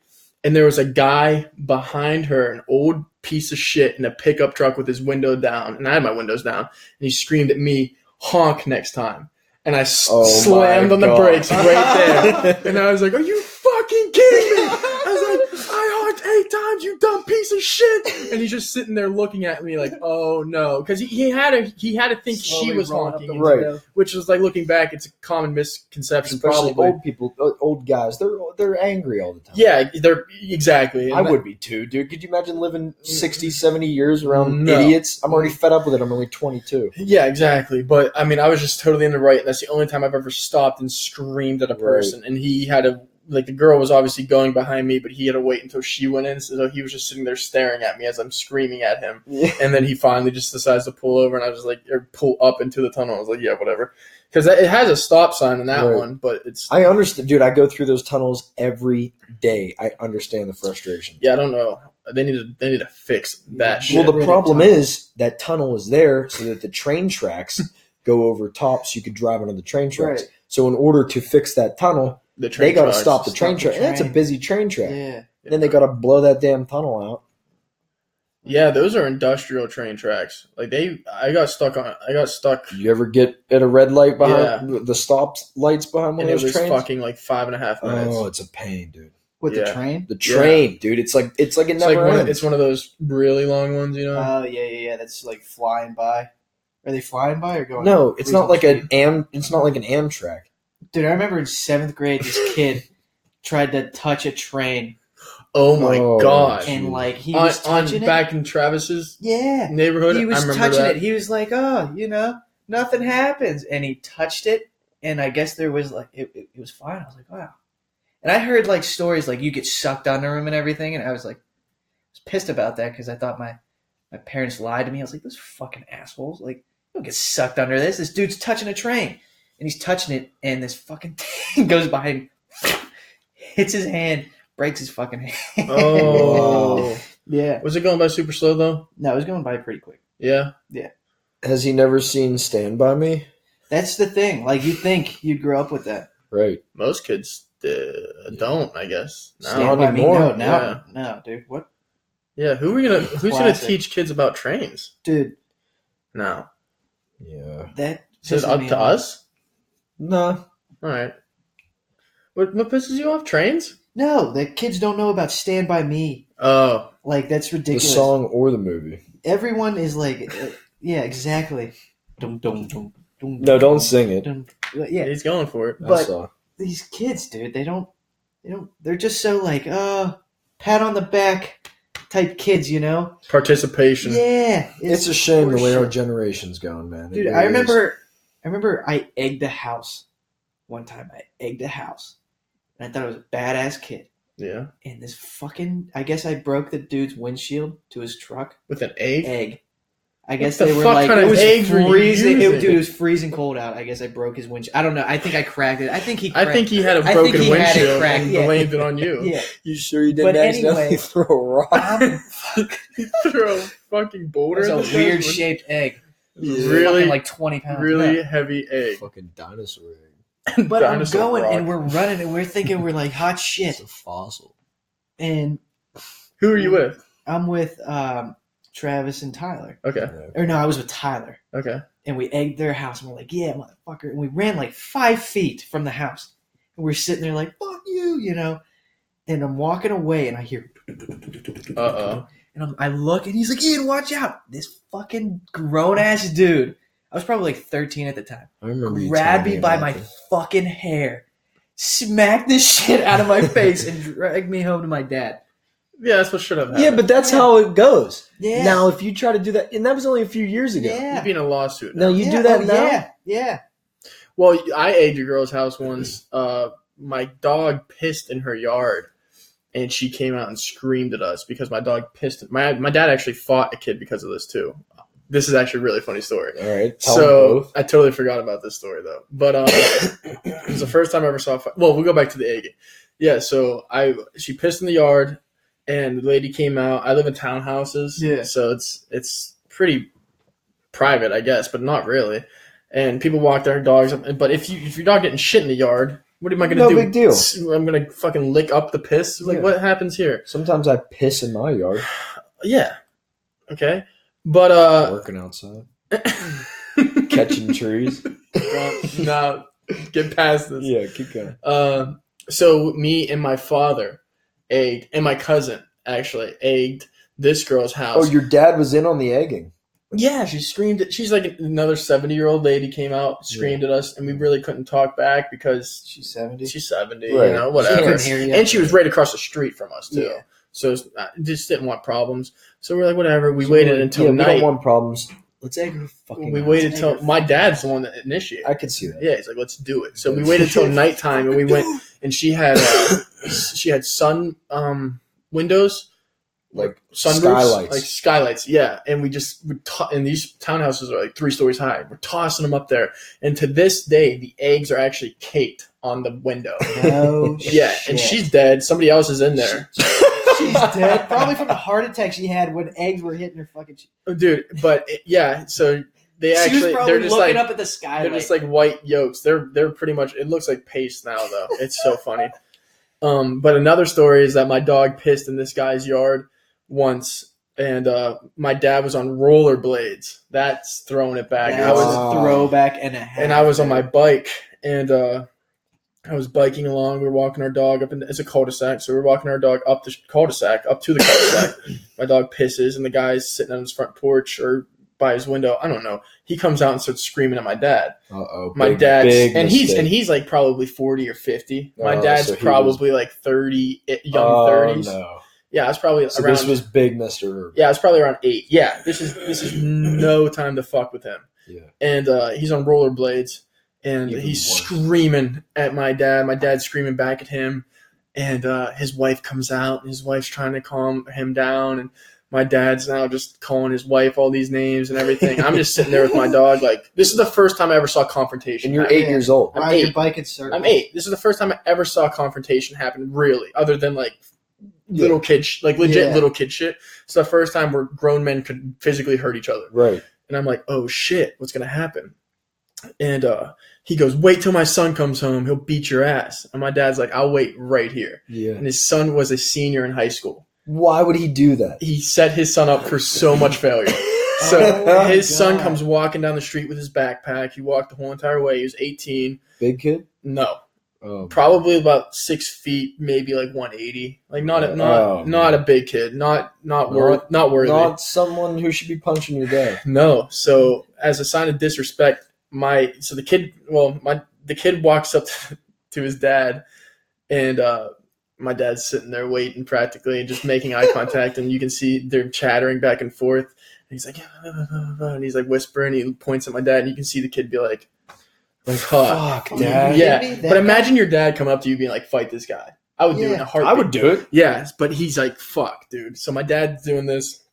[SPEAKER 1] And there was a guy behind her, an old piece of shit in a pickup truck with his window down, and I had my windows down, and he screamed at me, "Honk next time!" And I s-
[SPEAKER 2] Oh my
[SPEAKER 1] slammed on the
[SPEAKER 2] God.
[SPEAKER 1] brakes right there, and I was like, "Are you fucking kidding me?" I was like, "I honked eight times, you dumb piece of shit!" And he's just sitting there looking at me like, "Oh no," because he, he had a he had to think she
[SPEAKER 5] Slowly
[SPEAKER 1] was
[SPEAKER 5] rolling up
[SPEAKER 1] honking,
[SPEAKER 5] the
[SPEAKER 2] Right.
[SPEAKER 5] window.
[SPEAKER 1] which was like looking back, it's a common misconception,
[SPEAKER 2] Especially
[SPEAKER 1] probably.
[SPEAKER 2] old people, uh, old guys. They're they're angry all the time.
[SPEAKER 1] Yeah, they're exactly.
[SPEAKER 2] I
[SPEAKER 1] And Mm.
[SPEAKER 2] would be too, dude. Could you imagine living 60, 70 years around
[SPEAKER 1] No.
[SPEAKER 2] idiots? I'm already fed up with it. I'm only 22.
[SPEAKER 1] Yeah, exactly. But I mean, I was just totally in the right. and That's the only time I've ever stopped and screamed at a person. And he had a like the girl was obviously going behind me, but he had to wait until she went in. So he was just sitting there staring at me as I'm screaming at him.
[SPEAKER 2] Yeah.
[SPEAKER 1] And then he finally just decides to pull over, and I was like, or pull up into the tunnel. I was like, yeah, whatever, because it has a stop sign in that
[SPEAKER 2] Right.
[SPEAKER 1] one, but it's
[SPEAKER 2] I understand, dude. I go through those tunnels every day. I understand the frustration.
[SPEAKER 1] yeah, I don't know. They need to they need to fix that shit.
[SPEAKER 2] Well, the
[SPEAKER 5] Shit.
[SPEAKER 2] problem is that tunnel is there so that the train tracks go over top, so you could drive under the train tracks.
[SPEAKER 5] Right.
[SPEAKER 2] So, in order to fix that tunnel,
[SPEAKER 1] the train
[SPEAKER 2] they got to
[SPEAKER 1] tracks.
[SPEAKER 2] stop the train
[SPEAKER 5] the
[SPEAKER 2] track. And that's a
[SPEAKER 5] train.
[SPEAKER 2] busy train track.
[SPEAKER 5] Yeah.
[SPEAKER 2] Then they got to blow that damn tunnel out.
[SPEAKER 1] Yeah, those are industrial train tracks. Like they, I got stuck on. I got stuck,
[SPEAKER 2] You ever get at a red light behind the stop lights behind one
[SPEAKER 1] and
[SPEAKER 2] of
[SPEAKER 1] it
[SPEAKER 2] those
[SPEAKER 1] was
[SPEAKER 2] trains?
[SPEAKER 1] fucking like five and a half minutes.
[SPEAKER 2] oh, it's a pain, dude.
[SPEAKER 3] With
[SPEAKER 1] Yeah.
[SPEAKER 3] the train?
[SPEAKER 2] The
[SPEAKER 1] Yeah.
[SPEAKER 2] train, dude. It's like it's like it
[SPEAKER 1] it's like
[SPEAKER 2] never
[SPEAKER 1] one,
[SPEAKER 2] ends.
[SPEAKER 1] it's one of those really long ones, you know.
[SPEAKER 3] Oh yeah, yeah, yeah. That's like flying by. Are they flying by or going?
[SPEAKER 2] no, it's not like an am. It's not like an Amtrak.
[SPEAKER 3] Dude, I remember in seventh grade, this kid tried to touch a train,
[SPEAKER 1] oh my
[SPEAKER 2] Oh.
[SPEAKER 1] gosh!
[SPEAKER 2] Jeez.
[SPEAKER 3] and like he
[SPEAKER 1] On,
[SPEAKER 3] was
[SPEAKER 1] on
[SPEAKER 3] touching it.
[SPEAKER 1] back in Travis's
[SPEAKER 3] yeah,
[SPEAKER 1] neighborhood,
[SPEAKER 3] he
[SPEAKER 1] I
[SPEAKER 3] was
[SPEAKER 1] remember
[SPEAKER 3] touching
[SPEAKER 1] that.
[SPEAKER 3] it. He was like, "Oh, you know, nothing happens," and he touched it, and I guess there was like it, it, it was fine. I was like, "Wow," and I heard like stories like you get sucked under him and everything, and I was like, I was pissed about that because I thought my my parents lied to me. I was like, "Those fucking assholes! Like, you don't get sucked under this. This dude's touching a train, and he's touching it, and this fucking thing goes by him, hits his hand, breaks his fucking hand.
[SPEAKER 1] Oh,
[SPEAKER 3] yeah,
[SPEAKER 1] was it going by super slow though?
[SPEAKER 3] no, it was going by pretty quick.
[SPEAKER 1] Yeah.
[SPEAKER 2] Has he never seen Stand by Me?
[SPEAKER 3] That's the thing. Like you think you'd grow up with that.
[SPEAKER 2] Right.
[SPEAKER 1] Most kids uh, don't, I guess. No.
[SPEAKER 2] Stand-
[SPEAKER 3] Stand by me.
[SPEAKER 2] anymore.
[SPEAKER 3] No, no, no, dude. What,
[SPEAKER 1] Yeah, who are we gonna? Who's gonna
[SPEAKER 3] Classic.
[SPEAKER 1] teach kids about trains?
[SPEAKER 3] dude?
[SPEAKER 1] No,
[SPEAKER 2] Yeah.
[SPEAKER 3] That
[SPEAKER 1] is it
[SPEAKER 3] pisses
[SPEAKER 1] up
[SPEAKER 3] me
[SPEAKER 1] to
[SPEAKER 3] off.
[SPEAKER 1] us?
[SPEAKER 2] Nah.
[SPEAKER 1] All right. What, what pisses you off? Trains?
[SPEAKER 3] No, the kids don't know about Stand by Me.
[SPEAKER 1] Oh,
[SPEAKER 3] Like that's
[SPEAKER 2] The
[SPEAKER 3] ridiculous.
[SPEAKER 2] song or the movie?
[SPEAKER 3] Everyone is like, uh, yeah, exactly. Dum, dum, dum, dum,
[SPEAKER 2] No,
[SPEAKER 3] dum,
[SPEAKER 2] don't sing it.
[SPEAKER 3] dum. Yeah,
[SPEAKER 1] he's going for it.
[SPEAKER 2] I
[SPEAKER 3] But-
[SPEAKER 2] saw.
[SPEAKER 3] these kids, dude. They don't. They don't. They're just so like, uh, pat on the back type kids, you know?
[SPEAKER 1] Participation.
[SPEAKER 3] Yeah,
[SPEAKER 2] It's a shame the way our
[SPEAKER 3] horseshit.
[SPEAKER 2] generation's going, man. It
[SPEAKER 3] Dude,
[SPEAKER 2] really
[SPEAKER 3] I
[SPEAKER 2] is.
[SPEAKER 3] remember, I remember, I egged a house one time. I egged a house, and I thought I was a badass kid.
[SPEAKER 1] Yeah.
[SPEAKER 3] And this fucking, I guess I broke the dude's windshield to his truck.
[SPEAKER 1] With an egg.
[SPEAKER 3] Egg. I guess
[SPEAKER 1] the
[SPEAKER 3] they were
[SPEAKER 1] fuck
[SPEAKER 3] like
[SPEAKER 1] kind
[SPEAKER 3] it
[SPEAKER 1] of
[SPEAKER 3] was
[SPEAKER 1] egg were you
[SPEAKER 3] freezing. It,
[SPEAKER 1] using?
[SPEAKER 3] dude, it was freezing cold out. I guess I broke his windshield. I don't know. I think I cracked it. I think he.
[SPEAKER 1] I
[SPEAKER 3] Cracked.
[SPEAKER 1] think he had a
[SPEAKER 3] I think
[SPEAKER 1] broken
[SPEAKER 3] he had it
[SPEAKER 1] windshield
[SPEAKER 3] cracked,
[SPEAKER 1] and
[SPEAKER 3] yeah.
[SPEAKER 1] blamed it on you.
[SPEAKER 3] Yeah.
[SPEAKER 2] You sure you didn't
[SPEAKER 3] But
[SPEAKER 2] accidentally
[SPEAKER 3] anyway-
[SPEAKER 2] throw a rock?
[SPEAKER 1] He threw a fucking boulder.
[SPEAKER 3] It's
[SPEAKER 1] in
[SPEAKER 3] a
[SPEAKER 1] the
[SPEAKER 3] weird
[SPEAKER 1] first
[SPEAKER 3] shaped egg.
[SPEAKER 1] one.
[SPEAKER 2] Yeah.
[SPEAKER 1] Really,
[SPEAKER 3] Fucking like oh, twenty pounds.
[SPEAKER 1] really
[SPEAKER 3] Yeah.
[SPEAKER 1] heavy egg.
[SPEAKER 2] Fucking dinosaur. egg.
[SPEAKER 3] But I'm
[SPEAKER 1] Dinosaur
[SPEAKER 3] going
[SPEAKER 1] rock.
[SPEAKER 3] and we're running and we're thinking we're like hot
[SPEAKER 2] It's
[SPEAKER 3] shit.
[SPEAKER 2] a fossil.
[SPEAKER 3] And
[SPEAKER 1] Who are you
[SPEAKER 3] Mm.
[SPEAKER 1] with?
[SPEAKER 3] I'm with um, Travis and Tyler.
[SPEAKER 1] Okay.
[SPEAKER 3] Or no, I was with Tyler.
[SPEAKER 1] Okay.
[SPEAKER 3] and we egged their house and we're like, yeah, motherfucker. And we ran like five feet from the house. And we're sitting there like, fuck you, you know. And I'm walking away and I hear,
[SPEAKER 1] Uh oh.
[SPEAKER 3] and I'm, I look and he's like, Ian, watch out. This fucking grown ass dude, I was probably like 13 at the time,
[SPEAKER 2] I remember you
[SPEAKER 3] grabbed
[SPEAKER 2] telling
[SPEAKER 3] me by
[SPEAKER 2] about
[SPEAKER 3] my
[SPEAKER 2] this.
[SPEAKER 3] fucking hair, smacked the shit out of my face, and dragged me home to my dad.
[SPEAKER 1] Yeah, that's what should have happened.
[SPEAKER 2] Yeah, but that's how it goes.
[SPEAKER 3] Yeah.
[SPEAKER 2] Now, if you try to do that, and that was only a few years ago.
[SPEAKER 1] You'd
[SPEAKER 3] yeah.
[SPEAKER 1] be in a lawsuit.
[SPEAKER 2] Now you
[SPEAKER 3] Yeah,
[SPEAKER 2] do that
[SPEAKER 3] oh,
[SPEAKER 2] now.
[SPEAKER 3] Yeah. Yeah.
[SPEAKER 1] Well, I ate your girl's house once. Uh, my dog pissed in her yard, and she came out and screamed at us because my dog pissed. My my dad actually fought a kid because of this too. This is actually a really funny story.
[SPEAKER 2] All right. Tell them
[SPEAKER 1] So
[SPEAKER 2] both.
[SPEAKER 1] I totally forgot about this story though. But um, it was the first time I ever saw. A fight. Well, we'll go back to the egg. Yeah. So I she pissed in the yard, and the lady came out. I live in townhouses.
[SPEAKER 3] Yeah.
[SPEAKER 1] So it's it's pretty private, I guess, but not really. And people walk their dogs. up- But if you if your dog getting shit in the yard, what am I gonna
[SPEAKER 2] No
[SPEAKER 1] do?
[SPEAKER 2] big deal.
[SPEAKER 1] S- I'm gonna fucking lick up the piss. Like
[SPEAKER 2] Yeah.
[SPEAKER 1] what happens here?
[SPEAKER 2] Sometimes I piss in my yard
[SPEAKER 1] Yeah. Okay. But uh.
[SPEAKER 2] working outside, catching trees.
[SPEAKER 1] no, get past this.
[SPEAKER 2] yeah, keep going.
[SPEAKER 1] Uh, so me and my father egged, and my cousin actually egged this girl's
[SPEAKER 2] Oh,
[SPEAKER 1] house.
[SPEAKER 2] your dad was in on the egging.
[SPEAKER 1] yeah, she screamed. At, she's like another seventy-year-old lady came out, screamed at us, and we really couldn't talk back because
[SPEAKER 3] She's 70.
[SPEAKER 1] she's seventy,
[SPEAKER 2] Right.
[SPEAKER 1] you know,
[SPEAKER 3] She
[SPEAKER 1] whatever.
[SPEAKER 3] couldn't hear you.
[SPEAKER 1] And she was right across the street from us too,
[SPEAKER 3] Yeah.
[SPEAKER 1] so it's- I just didn't want problems. So we're like, whatever. We
[SPEAKER 2] So
[SPEAKER 1] waited
[SPEAKER 2] we're like,
[SPEAKER 1] until
[SPEAKER 2] yeah, We
[SPEAKER 1] night.
[SPEAKER 2] don't want problems. Let's egg her fucking.
[SPEAKER 1] we
[SPEAKER 2] ass.
[SPEAKER 1] waited till my dad's the one that initiated.
[SPEAKER 2] I could see that.
[SPEAKER 1] Yeah, he's like, let's do it. So we waited till nighttime, and we went, and she had uh, she had sun um, windows,
[SPEAKER 2] Like
[SPEAKER 1] sunroofs,
[SPEAKER 2] skylights.
[SPEAKER 1] like skylights. Yeah, and we just we to- and these townhouses are like three stories high. We're tossing them up there, and to this day, the eggs are actually caked on the window.
[SPEAKER 3] No
[SPEAKER 1] Yeah, and
[SPEAKER 3] shit.
[SPEAKER 1] she's dead. Somebody else is in there,
[SPEAKER 3] She's dead, probably from the heart attack she had when eggs were hitting her fucking. She,
[SPEAKER 1] Oh, dude. But it- yeah, so they
[SPEAKER 3] she was
[SPEAKER 1] actually
[SPEAKER 3] probably
[SPEAKER 1] they're just
[SPEAKER 3] looking
[SPEAKER 1] like
[SPEAKER 3] up at the skylight.
[SPEAKER 1] They're just like white yolks. They're they're pretty much. It looks like paste now, though. It's so funny. Um, but another story is that my dog pissed in this guy's yard once, and uh, my dad was on rollerblades. That's throwing it back. I
[SPEAKER 3] That's
[SPEAKER 1] was
[SPEAKER 2] Wow.
[SPEAKER 3] a throwback and a half.
[SPEAKER 1] and I was on my bike and uh, I was biking along. We were walking our dog up in it's a cul-de-sac, so we were walking our dog up the cul-de-sac, up to the cul-de-sac. my dog pisses, and the guy's sitting on his front porch or by his window. I don't know. He comes out and starts screaming at my dad.
[SPEAKER 2] Uh oh.
[SPEAKER 1] My dad's and he's and he's like probably forty or fifty. My
[SPEAKER 2] Oh,
[SPEAKER 1] dad's
[SPEAKER 2] so he
[SPEAKER 1] probably like thirty, eh, young thirties.
[SPEAKER 2] Oh, No.
[SPEAKER 1] Yeah, it's probably
[SPEAKER 2] So
[SPEAKER 1] around.
[SPEAKER 2] this was big, Mister.
[SPEAKER 1] yeah, it's probably around eight. Yeah, this is this is no time to fuck with him
[SPEAKER 2] Yeah.
[SPEAKER 1] and uh, he's on rollerblades and
[SPEAKER 2] Even
[SPEAKER 1] he's
[SPEAKER 2] worse.
[SPEAKER 1] screaming at my dad. My dad's screaming back at him, and uh, his wife comes out and his wife's trying to calm him down. And my dad's now just calling his wife all these names and everything. I'm just sitting there with my dog. Like this is the first time I ever saw confrontation.
[SPEAKER 2] And you're
[SPEAKER 1] I
[SPEAKER 2] eight
[SPEAKER 1] mean,
[SPEAKER 2] years old.
[SPEAKER 1] I'm
[SPEAKER 5] Ride your
[SPEAKER 1] eight.
[SPEAKER 5] bike in circles.
[SPEAKER 1] I'm eight. Um, This is the first time I ever saw confrontation happen, really, other than like little kid, sh- like legit
[SPEAKER 5] Yeah.
[SPEAKER 1] little kid shit. It's the first time where grown men could physically hurt each other.
[SPEAKER 2] Right.
[SPEAKER 1] And I'm like, oh shit, what's gonna happen? And uh, he goes, wait till my son comes home. He'll beat your ass. And my dad's like, I'll wait right here.
[SPEAKER 2] Yeah.
[SPEAKER 1] And his son was a senior in high school.
[SPEAKER 2] Why would he do that?
[SPEAKER 1] He set his son up for so much failure. So
[SPEAKER 2] Oh,
[SPEAKER 1] his son
[SPEAKER 5] God.
[SPEAKER 1] comes walking down the street with his backpack. He walked the whole entire way. He was 18.
[SPEAKER 2] Big kid.
[SPEAKER 1] No,
[SPEAKER 2] Oh,
[SPEAKER 1] probably about six feet, maybe like 180. Like not a, not
[SPEAKER 2] Oh,
[SPEAKER 1] not a
[SPEAKER 2] man.
[SPEAKER 1] big kid. Not not
[SPEAKER 2] Not-
[SPEAKER 1] worth not worthy.
[SPEAKER 2] Not someone who should be punching your dad.
[SPEAKER 1] No. So as a sign of disrespect, my so the kid well my the kid walks up to, his dad, and uh, my dad's sitting there waiting practically and just making eye contact, and you can see they're chattering back and forth. And he's like, and he's like whispering. He points at my dad, and you can see the kid be like,
[SPEAKER 2] Like
[SPEAKER 1] "Fuck."
[SPEAKER 2] fuck,
[SPEAKER 5] Oh,
[SPEAKER 2] dad.
[SPEAKER 1] yeah.
[SPEAKER 5] Maybe that
[SPEAKER 1] But imagine your dad come up to you being like, "Fight this guy." I would do it in
[SPEAKER 5] Yeah,
[SPEAKER 1] a heartbeat.
[SPEAKER 2] I would do it.
[SPEAKER 1] Yes, but he's like, "Fuck, dude." So my dad's doing this,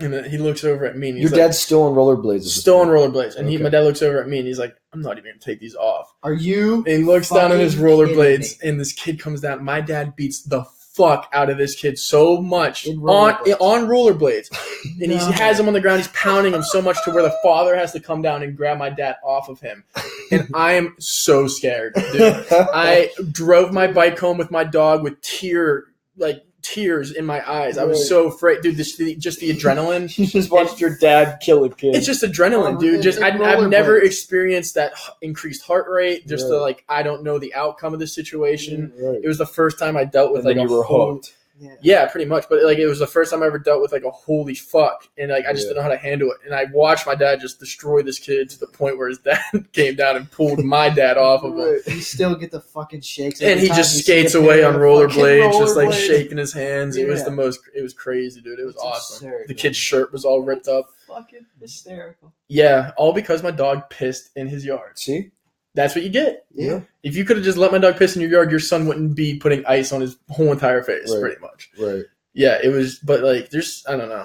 [SPEAKER 1] and then he looks over at me. And he's
[SPEAKER 2] Your
[SPEAKER 1] like,
[SPEAKER 2] dad's still on rollerblades. at this
[SPEAKER 1] still on
[SPEAKER 2] point.
[SPEAKER 1] rollerblades. And he,
[SPEAKER 2] Okay.
[SPEAKER 1] my dad looks over at me and he's like, I'm not even gonna take these off.
[SPEAKER 5] Are you?
[SPEAKER 1] And he looks down at his
[SPEAKER 5] Fucking
[SPEAKER 1] rollerblades and this kid comes down. My dad beats the fuck out of this kid so much
[SPEAKER 5] In
[SPEAKER 1] on
[SPEAKER 5] rollerblades.
[SPEAKER 1] on rollerblades. And he
[SPEAKER 5] No.
[SPEAKER 1] has him on the ground, he's pounding him so much to where the father has to come down and grab my dad off of him. And I am so scared, dude. I drove my bike home with my dog with tear like tears in my eyes. I was
[SPEAKER 2] Right.
[SPEAKER 1] so afraid, dude. This, the, just the adrenaline.
[SPEAKER 2] you just watched your dad kill a kid.
[SPEAKER 1] It's just adrenaline,
[SPEAKER 5] Oh,
[SPEAKER 1] dude. Just I,
[SPEAKER 5] it's
[SPEAKER 1] I've never
[SPEAKER 5] rollerblades.
[SPEAKER 1] experienced that h- increased heart rate. Just the
[SPEAKER 2] Yeah.
[SPEAKER 1] like I don't know the outcome of the situation.
[SPEAKER 2] Right.
[SPEAKER 1] It was the first time I dealt with
[SPEAKER 2] And then
[SPEAKER 1] like
[SPEAKER 2] you
[SPEAKER 1] a
[SPEAKER 2] were
[SPEAKER 1] whole-
[SPEAKER 2] hooked.
[SPEAKER 1] Yeah, pretty much. But like it was the first time I ever dealt with like a holy fuck, and like I just
[SPEAKER 2] Yeah.
[SPEAKER 1] didn't know how to handle it. And I watched my dad just destroy this kid to the point where his dad came down and pulled my dad off of him.
[SPEAKER 5] You still get the fucking shakes.
[SPEAKER 1] And
[SPEAKER 5] every
[SPEAKER 1] he
[SPEAKER 5] time
[SPEAKER 1] just
[SPEAKER 5] you
[SPEAKER 1] skates
[SPEAKER 5] skip
[SPEAKER 1] away
[SPEAKER 5] there.
[SPEAKER 1] on
[SPEAKER 5] Fucking
[SPEAKER 1] rollerblades, just like
[SPEAKER 5] rollerblades.
[SPEAKER 1] shaking his hands. It was
[SPEAKER 5] Yeah.
[SPEAKER 1] the most. It was crazy, dude. It was
[SPEAKER 5] It's
[SPEAKER 1] awesome.
[SPEAKER 5] absurd,
[SPEAKER 1] The
[SPEAKER 5] man.
[SPEAKER 1] kid's shirt was all ripped up.
[SPEAKER 5] Fucking hysterical.
[SPEAKER 1] Yeah, all because my dog pissed in his yard.
[SPEAKER 2] See?
[SPEAKER 1] That's what you get.
[SPEAKER 5] Yeah.
[SPEAKER 1] If you could have just let my dog piss in your yard, your son wouldn't be putting ice on his whole entire face,
[SPEAKER 2] Right.
[SPEAKER 1] pretty much.
[SPEAKER 2] Right.
[SPEAKER 1] Yeah, it was, but like, there's, I don't know.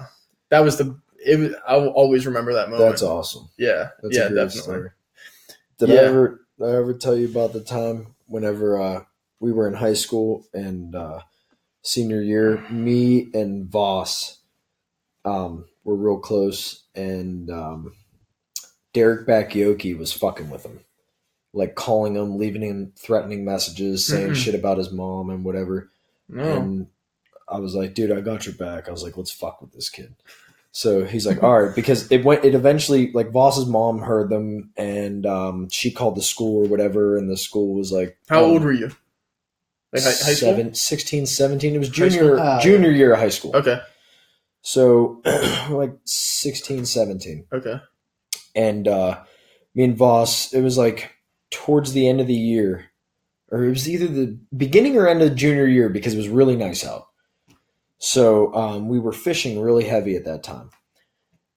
[SPEAKER 1] That was the, it was, I will always remember that moment.
[SPEAKER 2] That's awesome.
[SPEAKER 1] Yeah,
[SPEAKER 2] That's
[SPEAKER 1] yeah,
[SPEAKER 2] a great
[SPEAKER 1] definitely.
[SPEAKER 2] story. Did
[SPEAKER 1] Yeah.
[SPEAKER 2] I ever did I ever tell you about the time whenever uh, we were in high school and uh, senior year, me and Voss um, were real close, and um, Derek Bakioki was fucking with him, like calling him, leaving him threatening messages, saying
[SPEAKER 1] Mhm.
[SPEAKER 2] shit about his mom and whatever.
[SPEAKER 1] No.
[SPEAKER 2] And I was like, dude, I got your back. I was like, let's fuck with this kid. So he's like, all right, because it went, it eventually, like, Voss's mom heard them and um, she called the school or whatever. And the school was like,
[SPEAKER 1] How
[SPEAKER 2] um,
[SPEAKER 1] old were you? Like high, high school?
[SPEAKER 2] seven, 16, 17. It was
[SPEAKER 1] High school?
[SPEAKER 2] junior,
[SPEAKER 5] Ah, yeah.
[SPEAKER 2] junior year of high school.
[SPEAKER 1] Okay,
[SPEAKER 2] So like 16, 17
[SPEAKER 1] okay.
[SPEAKER 2] and uh, me and Voss, it was like towards the end of the year, or it was either the beginning or end of junior year because it was really nice out. So um, we were fishing really heavy at that time.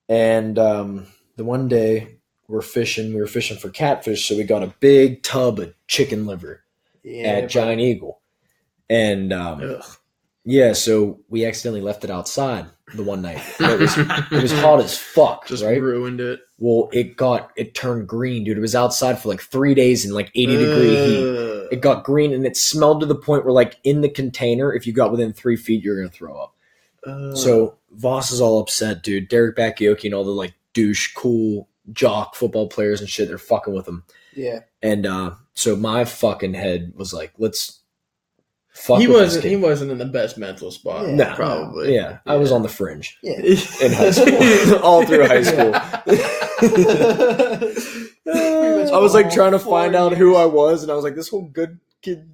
[SPEAKER 2] And um, the one day we're fishing, we were fishing for catfish, so we got a big tub of chicken liver at Giant Eagle. And um,
[SPEAKER 1] Ugh.
[SPEAKER 2] yeah, so we accidentally left it outside the one night. It was, it was hot as fuck,
[SPEAKER 1] Just
[SPEAKER 2] right?
[SPEAKER 1] ruined it.
[SPEAKER 2] Well, it got it turned green, dude. It was outside for like three days in like eighty degree heat.
[SPEAKER 1] Ugh.
[SPEAKER 2] It got green and it smelled to the point where like in the container, if you got within three feet, you're gonna throw up.
[SPEAKER 1] Ugh.
[SPEAKER 2] So Voss is all upset, dude. Derek Bakioki and all the like douche, cool jock football players and shit, they're fucking with him.
[SPEAKER 5] Yeah.
[SPEAKER 2] And uh, so my fucking head was like, let's fuck
[SPEAKER 1] he
[SPEAKER 2] with this
[SPEAKER 1] wasn't.
[SPEAKER 2] kid.
[SPEAKER 1] He wasn't in the best mental spot.
[SPEAKER 2] No.
[SPEAKER 1] probably.
[SPEAKER 2] yeah, I was on the fringe
[SPEAKER 1] Yeah.
[SPEAKER 2] in high school, all through high school. I was like trying to find out who I was, and I was like, this whole good kid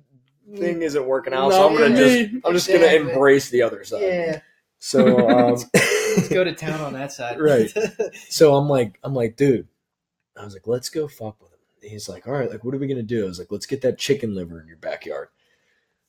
[SPEAKER 2] thing isn't working out. so I'm
[SPEAKER 1] Not
[SPEAKER 2] gonna
[SPEAKER 1] for
[SPEAKER 2] just,
[SPEAKER 1] me.
[SPEAKER 2] I'm just gonna
[SPEAKER 5] Exactly.
[SPEAKER 2] embrace the other side.
[SPEAKER 5] Yeah.
[SPEAKER 2] So, um,
[SPEAKER 5] Let's go to town on that side.
[SPEAKER 2] Right. so I'm like, I'm like, dude. I was like, let's go fuck with him. And he's like, all right, like, what are we gonna do? I was like, let's get that chicken liver in your backyard.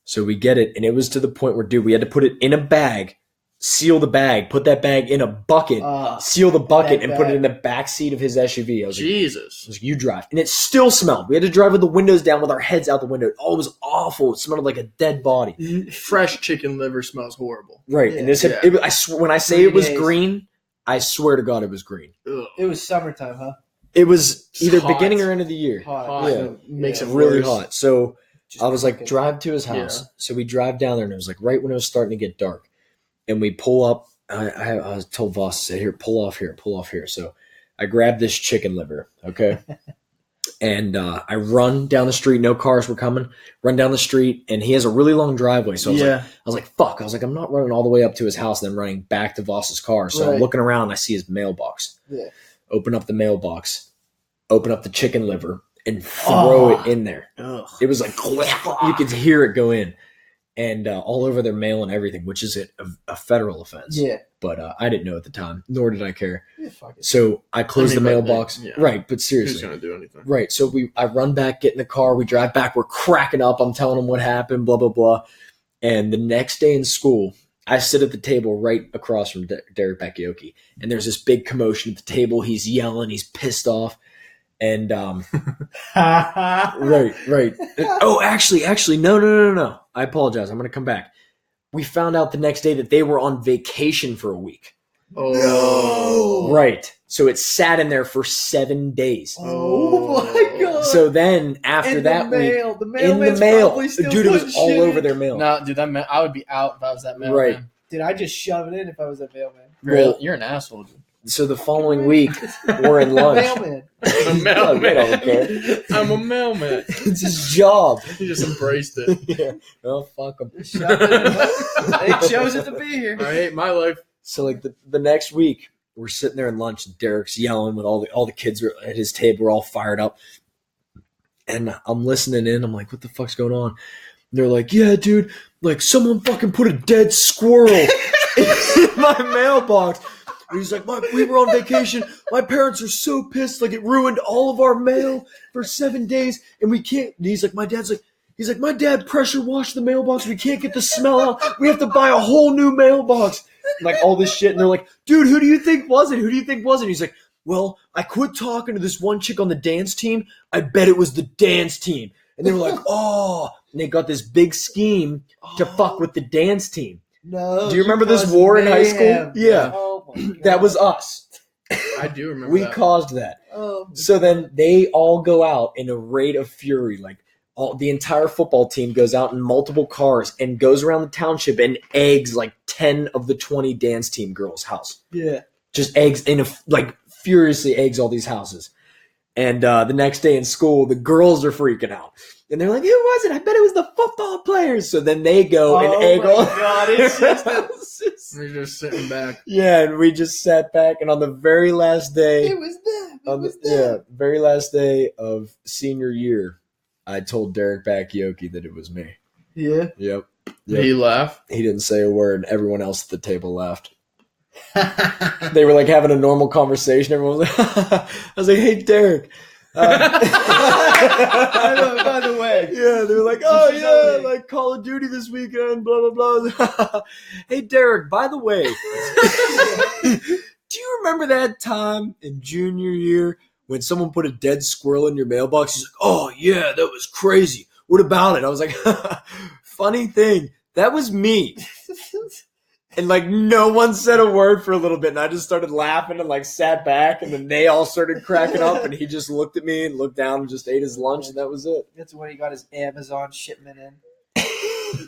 [SPEAKER 2] So we get it, and it was to the point where, dude, we had to put it in a bag, seal the bag, put that bag in a bucket,
[SPEAKER 5] Uh,
[SPEAKER 2] seal the bucket,
[SPEAKER 5] that
[SPEAKER 2] and put it
[SPEAKER 5] bag.
[SPEAKER 2] in the back seat of his SUV. I was like, I
[SPEAKER 1] Jesus.
[SPEAKER 2] was like, you drive. And it still smelled. We had to drive with the windows down with our heads out the window. Oh, it was awful. It smelled like a dead body.
[SPEAKER 1] Fresh chicken liver smells horrible.
[SPEAKER 2] Right. And this,
[SPEAKER 1] Yeah.
[SPEAKER 2] it, I sw- when I say
[SPEAKER 5] Three
[SPEAKER 2] it was
[SPEAKER 5] days.
[SPEAKER 2] green, I swear to God, it was green.
[SPEAKER 1] Ugh.
[SPEAKER 5] it was summertime, huh?
[SPEAKER 2] It was
[SPEAKER 1] It's
[SPEAKER 2] either
[SPEAKER 1] hot.
[SPEAKER 2] beginning or end of the year.
[SPEAKER 5] Hot.
[SPEAKER 1] Hot.
[SPEAKER 2] Yeah.
[SPEAKER 1] It makes
[SPEAKER 5] Yeah.
[SPEAKER 1] it
[SPEAKER 2] really
[SPEAKER 1] worse.
[SPEAKER 2] hot. So
[SPEAKER 5] Just
[SPEAKER 2] I was like,
[SPEAKER 5] cooking.
[SPEAKER 2] drive to his house.
[SPEAKER 1] Yeah.
[SPEAKER 2] So we drive down there, and it was like right when it was starting to get dark. And we pull up. I, I, I was told Voss, I said, here, pull off here, pull off here. So I grab this chicken liver, okay? and uh, I run down the street. No cars were coming. Run down the street, and he has a really long driveway. So I was like,
[SPEAKER 1] yeah.
[SPEAKER 2] I was like, fuck. I was like, I'm not running all the way up to his house and then running back to Voss's car. So I'm
[SPEAKER 5] Right.
[SPEAKER 2] looking around and I see his mailbox.
[SPEAKER 5] Yeah.
[SPEAKER 2] Open up the mailbox, open up the chicken liver, and throw
[SPEAKER 5] Oh.
[SPEAKER 2] it in there.
[SPEAKER 1] Ugh.
[SPEAKER 2] It was like, you could hear it go in. And uh, all over their mail and everything, which is a, a federal offense.
[SPEAKER 5] Yeah.
[SPEAKER 2] But uh, I didn't know at the time, nor did I care.
[SPEAKER 5] Yeah, fuck it.
[SPEAKER 2] So I
[SPEAKER 1] I
[SPEAKER 2] closed
[SPEAKER 1] mean,
[SPEAKER 2] the
[SPEAKER 1] but, like,
[SPEAKER 2] mailbox.
[SPEAKER 1] yeah.
[SPEAKER 2] Right, but
[SPEAKER 1] Who's
[SPEAKER 2] seriously.
[SPEAKER 1] gonna do anything?
[SPEAKER 2] Right. So we, I run back, get in the car, we drive back, we're cracking up. I'm telling him what happened, blah blah blah. And the next day in school, I sit at the table right across from Der- Derek Bakioki, and there's this big commotion at the table. He's yelling, he's pissed off, and um, right, right. oh, actually, actually, no, no, no, no, no. I apologize. I'm going to come back. We found out the next day that they were on vacation for a week.
[SPEAKER 1] Oh.
[SPEAKER 2] Right. So it sat in there for seven days.
[SPEAKER 5] Oh my god.
[SPEAKER 2] So then after
[SPEAKER 5] in
[SPEAKER 2] that
[SPEAKER 5] the
[SPEAKER 2] week,
[SPEAKER 5] mail, the
[SPEAKER 2] in the
[SPEAKER 5] mailman's
[SPEAKER 2] mail.
[SPEAKER 5] probably still
[SPEAKER 2] Dude, it was
[SPEAKER 5] putting
[SPEAKER 2] all
[SPEAKER 5] shit
[SPEAKER 2] over
[SPEAKER 5] in.
[SPEAKER 2] their mail.
[SPEAKER 1] No, dude, that man, I would be out if I was that man.
[SPEAKER 2] Right.
[SPEAKER 5] Dude, I just shove it in if I was a mailman.
[SPEAKER 2] Well-
[SPEAKER 1] you're an asshole. Dude.
[SPEAKER 2] So the following week, we're in lunch.
[SPEAKER 5] Mailman.
[SPEAKER 1] I'm a
[SPEAKER 2] I don't
[SPEAKER 1] mailman. I'm a mailman.
[SPEAKER 2] it's his job.
[SPEAKER 1] He just embraced it.
[SPEAKER 2] yeah. Oh, fuck 'em.
[SPEAKER 5] Shove it in. They chose it to be here.
[SPEAKER 1] I hate my life.
[SPEAKER 2] So like the, the next week, we're sitting there in lunch. And Derek's yelling with all the all the kids are at his table. We're all fired up, and I'm listening in. I'm like, what the fuck's going on? And they're like, yeah, dude, like someone fucking put a dead squirrel in my mailbox. And he's like, my, we were on vacation. My parents are so pissed. Like it ruined all of our mail for seven days, and we can't. And he's like, my dad's like. He's like, my dad pressure washed the mailbox. We can't get the smell out. We have to buy a whole new mailbox and, like all this shit. And they're like, dude, who do you think was it? Who do you think was it? He's like, well, I quit talking to this one chick on the dance team. I bet it was the dance team. And they were like, oh. And they got this big scheme to fuck with the dance team.
[SPEAKER 5] Oh,
[SPEAKER 3] Oh,
[SPEAKER 5] No.
[SPEAKER 2] Do you remember this
[SPEAKER 5] caused
[SPEAKER 2] war in high
[SPEAKER 5] mayhem.
[SPEAKER 2] school? Yeah.
[SPEAKER 5] Oh my God.
[SPEAKER 2] That was us.
[SPEAKER 1] I do remember.
[SPEAKER 2] We
[SPEAKER 1] that.
[SPEAKER 2] caused that.
[SPEAKER 5] Oh.
[SPEAKER 2] So then they all go out in a raid of fury. Like all the entire football team goes out in multiple cars and goes around the township and eggs like 10 of the 20 dance team girls' house.
[SPEAKER 5] Yeah.
[SPEAKER 2] just eggs in a, like furiously eggs all these houses. And uh, the next day in school, the girls are freaking out, and they're like, "Who was it? I bet it was the football players." So then they go and Oh, egg
[SPEAKER 5] Oh my
[SPEAKER 2] all.
[SPEAKER 5] God, it's just a-
[SPEAKER 1] We're just sitting back.
[SPEAKER 2] yeah, and we just sat back, and on the very last day,
[SPEAKER 5] It was them. It
[SPEAKER 2] on the,
[SPEAKER 5] was
[SPEAKER 2] Um, yeah,
[SPEAKER 5] them.
[SPEAKER 2] very last day of senior year, I told Derek Bakioki that it was me.
[SPEAKER 5] Yeah.
[SPEAKER 2] Yep.
[SPEAKER 1] Did he laugh?
[SPEAKER 2] he didn't say a word. and Everyone else at the table laughed. they were like having a normal conversation. Everyone was like, I was like, hey, Derek.
[SPEAKER 5] I
[SPEAKER 2] Uh,
[SPEAKER 5] know, by the way.
[SPEAKER 2] yeah, they were like, oh,
[SPEAKER 5] Something.
[SPEAKER 2] yeah, like Call of Duty this weekend, blah, blah, blah. hey, Derek, by the way, do you remember that time in junior year when someone put a dead squirrel in your mailbox? He's like, oh, yeah, that was crazy. What about it? I was like, funny thing, that was me. And like no one said a word for a little bit, and I just started laughing and like sat back, and then they all started cracking up, and he just looked at me and looked down and just ate his lunch, and that was it.
[SPEAKER 5] That's when he got his Amazon shipment in.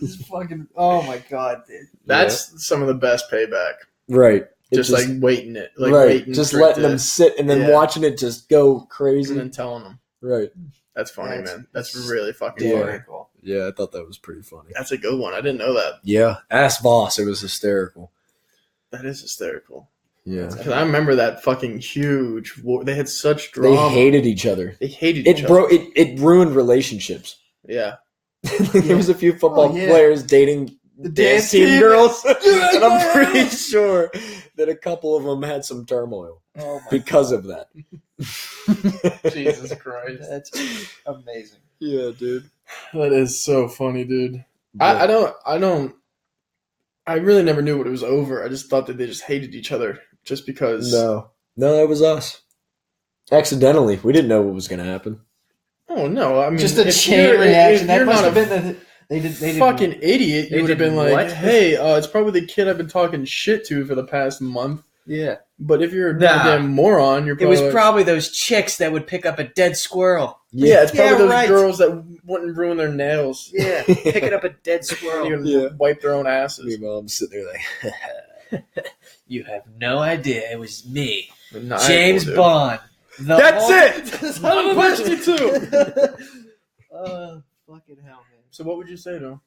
[SPEAKER 5] This fucking. Oh my god, dude.
[SPEAKER 1] That's some of the best payback.
[SPEAKER 2] right. It
[SPEAKER 1] Just, like waiting it, like
[SPEAKER 2] right,
[SPEAKER 1] waiting
[SPEAKER 2] just
[SPEAKER 1] for it
[SPEAKER 2] letting
[SPEAKER 1] to-
[SPEAKER 2] them sit and then
[SPEAKER 1] Yeah.
[SPEAKER 2] watching it just go crazy.
[SPEAKER 1] and then telling them.
[SPEAKER 2] right.
[SPEAKER 1] That's funny,
[SPEAKER 5] That's-
[SPEAKER 1] man. That's really fucking
[SPEAKER 2] Yeah.
[SPEAKER 1] funny.
[SPEAKER 5] Hysterical.
[SPEAKER 2] Yeah, I thought that was pretty funny.
[SPEAKER 1] That's a good one. I didn't know that.
[SPEAKER 2] Yeah, ask Voss. It was hysterical.
[SPEAKER 1] That is hysterical.
[SPEAKER 2] Yeah,
[SPEAKER 1] 'Cause I remember that fucking huge war. They had such
[SPEAKER 2] they
[SPEAKER 1] drama.
[SPEAKER 2] hated each other.
[SPEAKER 1] They hated each
[SPEAKER 2] It
[SPEAKER 1] other.
[SPEAKER 2] bro, it, it ruined relationships.
[SPEAKER 1] Yeah.
[SPEAKER 2] there was a few football
[SPEAKER 5] Oh, yeah.
[SPEAKER 2] players dating
[SPEAKER 5] The
[SPEAKER 2] dance
[SPEAKER 5] dance
[SPEAKER 2] team
[SPEAKER 5] team.
[SPEAKER 2] girls, and I'm
[SPEAKER 5] yeah.
[SPEAKER 2] pretty sure that a couple of them had some turmoil
[SPEAKER 5] Oh my
[SPEAKER 2] because of that.
[SPEAKER 1] Jesus Christ.
[SPEAKER 5] That's amazing.
[SPEAKER 2] Yeah, dude.
[SPEAKER 1] That is so funny, dude. I, I don't. I don't. I really never knew what it was over. I just thought that they just hated each other just because.
[SPEAKER 2] no, no, that was us. Accidentally, we didn't know what was going to happen.
[SPEAKER 1] Oh no! I mean,
[SPEAKER 5] Just a
[SPEAKER 1] if
[SPEAKER 5] chain
[SPEAKER 1] you're-
[SPEAKER 5] reaction.
[SPEAKER 1] if
[SPEAKER 5] That
[SPEAKER 1] you're
[SPEAKER 5] must
[SPEAKER 1] not
[SPEAKER 5] have
[SPEAKER 1] a
[SPEAKER 5] been the. They did. They did
[SPEAKER 1] fucking idiot.
[SPEAKER 3] They
[SPEAKER 1] You would have
[SPEAKER 3] did
[SPEAKER 1] been like,
[SPEAKER 3] what?
[SPEAKER 1] "Hey, uh, it's probably the kid I've been talking shit to for the past month."
[SPEAKER 5] Yeah.
[SPEAKER 1] But if you're a
[SPEAKER 3] Nah.
[SPEAKER 1] goddamn moron, you're
[SPEAKER 3] It
[SPEAKER 1] probably.
[SPEAKER 3] was probably those chicks that would pick up a dead squirrel.
[SPEAKER 1] yeah, it's probably
[SPEAKER 3] Yeah,
[SPEAKER 1] those
[SPEAKER 3] right.
[SPEAKER 1] girls that wouldn't ruin their nails.
[SPEAKER 3] Yeah, picking up a dead
[SPEAKER 1] They
[SPEAKER 3] squirrel.
[SPEAKER 1] wouldn't
[SPEAKER 2] Yeah.
[SPEAKER 1] even wipe their own asses.
[SPEAKER 2] Me mom's sitting there like,
[SPEAKER 3] You have no idea. It was me,
[SPEAKER 1] Nah, I
[SPEAKER 3] James
[SPEAKER 1] will do.
[SPEAKER 3] Bond. The
[SPEAKER 1] That's
[SPEAKER 3] whole-
[SPEAKER 1] it. That's not a question too.
[SPEAKER 5] Uh, fucking hell, man.
[SPEAKER 1] So what would you say to him?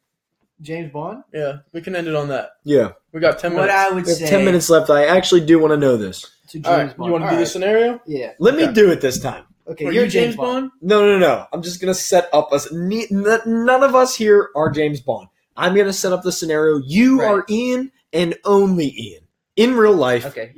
[SPEAKER 5] James Bond.
[SPEAKER 1] Yeah, we can end it on that.
[SPEAKER 2] "Yeah,
[SPEAKER 1] We got ten
[SPEAKER 3] What
[SPEAKER 1] minutes.
[SPEAKER 3] I would
[SPEAKER 2] we have
[SPEAKER 3] say.
[SPEAKER 2] ten minutes left. I actually do want to know this.
[SPEAKER 5] To James
[SPEAKER 1] All right,
[SPEAKER 5] Bond.
[SPEAKER 1] you want to
[SPEAKER 5] All
[SPEAKER 1] do the
[SPEAKER 5] right.
[SPEAKER 1] scenario?
[SPEAKER 5] Yeah.
[SPEAKER 2] Let me
[SPEAKER 1] Okay.
[SPEAKER 2] do it this time."
[SPEAKER 5] Okay.
[SPEAKER 1] Are
[SPEAKER 5] you're
[SPEAKER 1] you James Bond?
[SPEAKER 2] No, no, no. I'm just gonna set up us. Ne- n- none of us here are James Bond. I'm gonna set up the scenario. You
[SPEAKER 3] Right.
[SPEAKER 2] are Ian and only Ian in real life. Okay.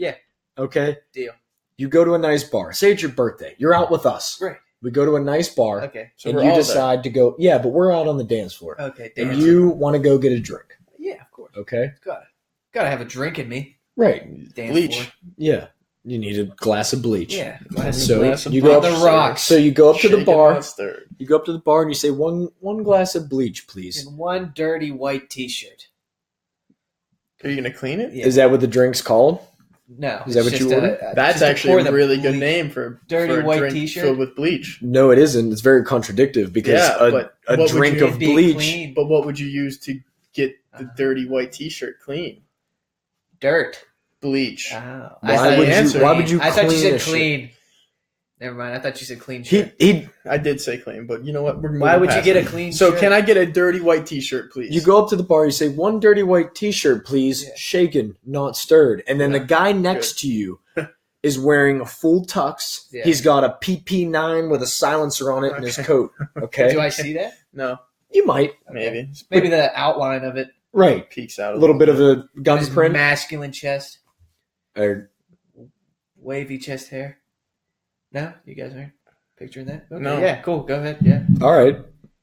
[SPEAKER 3] Okay, yeah, deal.
[SPEAKER 2] You go to a nice bar. Say it's your birthday. You're out with us.
[SPEAKER 3] Right.
[SPEAKER 2] We go to a nice bar,
[SPEAKER 3] Okay,
[SPEAKER 1] So
[SPEAKER 2] and
[SPEAKER 1] we're
[SPEAKER 2] you uh,
[SPEAKER 1] all there.
[SPEAKER 2] decide to go. Yeah, but we're out on the dance floor,
[SPEAKER 3] okay.
[SPEAKER 2] and
[SPEAKER 3] Dance.
[SPEAKER 2] you want to go get a drink.
[SPEAKER 3] yeah, of course.
[SPEAKER 2] Okay.
[SPEAKER 3] Gotta have a drink in me.
[SPEAKER 2] Right.
[SPEAKER 3] Dance
[SPEAKER 1] Bleach.
[SPEAKER 3] floor.
[SPEAKER 2] Yeah. You need a glass of bleach.
[SPEAKER 3] Yeah.
[SPEAKER 2] So
[SPEAKER 1] glass of
[SPEAKER 2] you go
[SPEAKER 1] bleach,
[SPEAKER 2] up
[SPEAKER 1] sir.
[SPEAKER 3] rocks.
[SPEAKER 2] So you go up to the
[SPEAKER 1] Shaken
[SPEAKER 2] bar.
[SPEAKER 1] mustard.
[SPEAKER 2] You go up to the bar and you say one one glass of bleach, please.
[SPEAKER 3] In one dirty white T-shirt.
[SPEAKER 1] Are you gonna clean it?
[SPEAKER 3] Yeah.
[SPEAKER 2] Is that what the drink's called?
[SPEAKER 3] No.
[SPEAKER 2] Is that
[SPEAKER 3] it's
[SPEAKER 2] what you
[SPEAKER 3] just a-
[SPEAKER 2] ordered?
[SPEAKER 3] a-
[SPEAKER 1] That's
[SPEAKER 3] just to pour
[SPEAKER 1] actually a
[SPEAKER 3] the
[SPEAKER 1] really good
[SPEAKER 3] bleach.
[SPEAKER 1] name for
[SPEAKER 3] Dirty
[SPEAKER 1] for a
[SPEAKER 3] white
[SPEAKER 1] drink
[SPEAKER 3] t-shirt?
[SPEAKER 1] filled with bleach.
[SPEAKER 2] No, it isn't. It's very contradictive because
[SPEAKER 1] Yeah,
[SPEAKER 2] a,
[SPEAKER 1] but
[SPEAKER 2] a
[SPEAKER 1] what would
[SPEAKER 2] drink
[SPEAKER 1] you
[SPEAKER 2] of
[SPEAKER 3] Be
[SPEAKER 2] bleach.
[SPEAKER 3] clean.
[SPEAKER 1] But what would you use to get the
[SPEAKER 3] Uh-huh.
[SPEAKER 1] dirty white T-shirt clean?
[SPEAKER 3] Dirt.
[SPEAKER 1] Bleach.
[SPEAKER 2] Uh-huh.
[SPEAKER 3] Oh.
[SPEAKER 2] Why
[SPEAKER 3] thought
[SPEAKER 1] would you-
[SPEAKER 3] answered.
[SPEAKER 1] why
[SPEAKER 2] would you
[SPEAKER 3] I thought you
[SPEAKER 2] clean
[SPEAKER 3] said
[SPEAKER 2] this shit?
[SPEAKER 3] clean. Never mind. I thought you said clean
[SPEAKER 2] He
[SPEAKER 3] shirt.
[SPEAKER 2] he.
[SPEAKER 1] I did say clean, but you know what? We're
[SPEAKER 3] Why
[SPEAKER 1] moving
[SPEAKER 3] would you
[SPEAKER 1] past
[SPEAKER 3] get a
[SPEAKER 1] it.
[SPEAKER 3] clean
[SPEAKER 1] So
[SPEAKER 3] shirt?
[SPEAKER 1] can I get a dirty white T-shirt, please?
[SPEAKER 2] You go up to the bar. You say one dirty white T-shirt, please.
[SPEAKER 3] Yeah.
[SPEAKER 2] Shaken, not stirred. And then
[SPEAKER 1] Yeah.
[SPEAKER 2] the guy next to you is wearing a full tux.
[SPEAKER 3] Yeah.
[SPEAKER 2] He's got a PP9 with a silencer on it in his
[SPEAKER 1] Okay.
[SPEAKER 2] coat. Okay,
[SPEAKER 3] Do I see that?
[SPEAKER 1] No,
[SPEAKER 2] you might
[SPEAKER 1] maybe
[SPEAKER 3] Maybe the outline of it.
[SPEAKER 2] right
[SPEAKER 1] peeks out
[SPEAKER 2] a little bit of a gun
[SPEAKER 3] His
[SPEAKER 2] print.
[SPEAKER 3] masculine chest,
[SPEAKER 2] Or-
[SPEAKER 3] wavy chest hair. No, you guys aren't picturing that. Okay,
[SPEAKER 1] No.
[SPEAKER 3] Yeah. Cool. Go ahead. Yeah.
[SPEAKER 2] all right,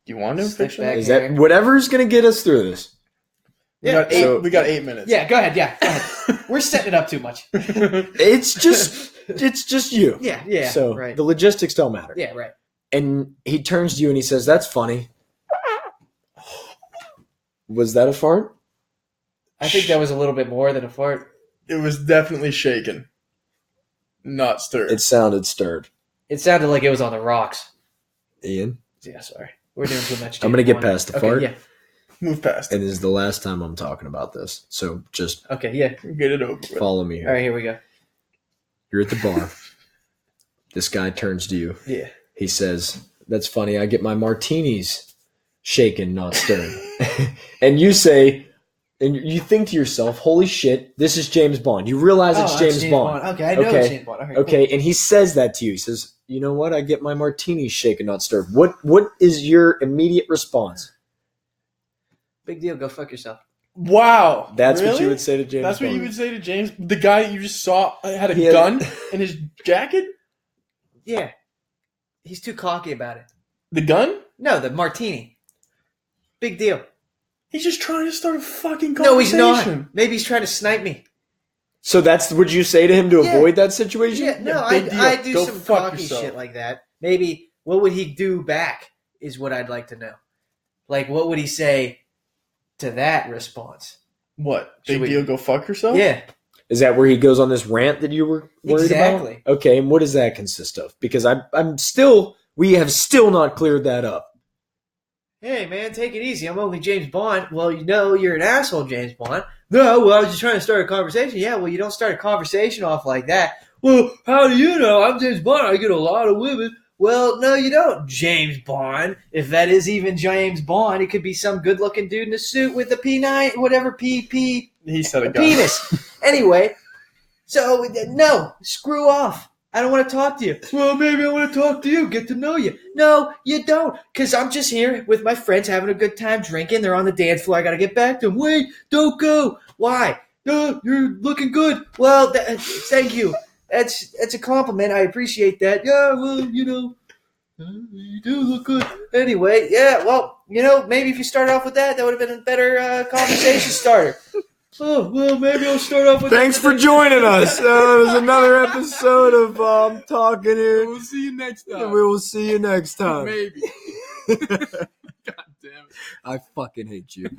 [SPEAKER 1] You want to
[SPEAKER 3] Step
[SPEAKER 1] picture?
[SPEAKER 3] back.
[SPEAKER 1] that?
[SPEAKER 2] is that whatever's gonna get us through this?
[SPEAKER 1] We
[SPEAKER 3] Yeah.
[SPEAKER 1] got eight.
[SPEAKER 2] So-
[SPEAKER 1] we got eight minutes.
[SPEAKER 3] Yeah. Go ahead. Yeah. Go ahead. We're setting it up too much.
[SPEAKER 2] It's just it's just you.
[SPEAKER 3] Yeah. Yeah.
[SPEAKER 2] so
[SPEAKER 3] right.
[SPEAKER 2] the logistics don't matter.
[SPEAKER 3] yeah. Right.
[SPEAKER 2] and he turns to you and he says, "That's funny." Was that a fart?
[SPEAKER 3] I think that was a little bit more than a fart.
[SPEAKER 1] it was definitely shaken, not stirred.
[SPEAKER 2] It sounded stirred.
[SPEAKER 3] It sounded like it was on the rocks.
[SPEAKER 2] Ian,
[SPEAKER 3] Yeah. Sorry. We're doing too much.
[SPEAKER 2] I'm
[SPEAKER 3] dude.
[SPEAKER 2] gonna get
[SPEAKER 3] Come on.
[SPEAKER 2] past the
[SPEAKER 3] Okay,
[SPEAKER 2] fart,
[SPEAKER 3] Yeah.
[SPEAKER 1] Move past. it.
[SPEAKER 2] and this is the last time I'm talking about this. So just
[SPEAKER 3] Okay. Yeah.
[SPEAKER 1] Get it over with.
[SPEAKER 2] follow me. Here.
[SPEAKER 3] All right. Here we go.
[SPEAKER 2] You're at the bar. this guy turns to you.
[SPEAKER 3] Yeah.
[SPEAKER 2] He says, "That's funny. I get my martinis shaken, not stirred." and you say, and you think to yourself, "Holy shit, this is James Bond." You realize it's
[SPEAKER 5] Oh,
[SPEAKER 2] James, Bond.
[SPEAKER 5] Okay, I know
[SPEAKER 2] Okay.
[SPEAKER 5] James Bond. All right,
[SPEAKER 2] Okay, and he says that to you. He says, "You know what? I get my martini shaken, not stirred." What What is your immediate response?
[SPEAKER 3] Big deal. Go fuck yourself.
[SPEAKER 1] Wow,
[SPEAKER 2] That's what you
[SPEAKER 1] Really?
[SPEAKER 2] would say to James.
[SPEAKER 1] That's what
[SPEAKER 2] Bond.
[SPEAKER 1] you would say to James, the guy that you just saw had a
[SPEAKER 2] He had-
[SPEAKER 1] gun in his jacket.
[SPEAKER 3] Yeah. He's too cocky about it.
[SPEAKER 1] The gun?
[SPEAKER 3] No, the martini. Big deal.
[SPEAKER 1] He's just trying to start a fucking conversation.
[SPEAKER 3] No, he's not. Maybe he's trying to snipe me.
[SPEAKER 2] So that's what you say to him to
[SPEAKER 3] Yeah.
[SPEAKER 2] avoid that situation.
[SPEAKER 3] Yeah, no,
[SPEAKER 1] big deal.
[SPEAKER 3] I, I do
[SPEAKER 1] Go
[SPEAKER 3] some
[SPEAKER 1] fuck
[SPEAKER 3] cocky
[SPEAKER 1] yourself.
[SPEAKER 3] shit like that. Maybe what would he do back is what I'd like to know. Like, what would he say to that response?
[SPEAKER 1] What?
[SPEAKER 3] Should
[SPEAKER 1] Big
[SPEAKER 3] we-
[SPEAKER 1] deal. Go fuck yourself.
[SPEAKER 3] Yeah,
[SPEAKER 2] Is that where he goes on this rant that you were worried
[SPEAKER 3] Exactly.
[SPEAKER 2] about? Okay, and what does that consist of? Because I'm I'm still we have still not cleared that up.
[SPEAKER 3] hey man, take it easy. I'm only James Bond. Well, you know you're an asshole, James Bond. No, well I was just trying to start a conversation. Yeah, well you don't start a conversation off like that. Well, how do you know I'm James Bond? I get a lot of women. Well, no, you don't, James Bond. If that is even James Bond, he could be some good-looking dude in a suit with a P nine, whatever PP
[SPEAKER 1] He said a gun.
[SPEAKER 3] penis. anyway, so no, screw off. I don't want to talk to you. Well, maybe I want to talk to you, get to know you. No, you don't, because I'm just here with my friends having a good time drinking. They're on the dance floor. I got to get back to them. Wait, don't go. Why? No, you're looking good. Well, th- uh, thank you. That's that's a compliment. I appreciate that. Yeah, well, you know, you do look good. Anyway, yeah, well, you know, maybe if you started off with that, that would have been a better uh, conversation starter. Oh, well, maybe I'll start off with
[SPEAKER 6] Thanks for joining us. Uh, it was another episode of um, Talking Here.
[SPEAKER 1] We'll see you next
[SPEAKER 6] And
[SPEAKER 1] time.
[SPEAKER 6] we will see you next time.
[SPEAKER 1] Maybe. God damn it.
[SPEAKER 6] I fucking hate you.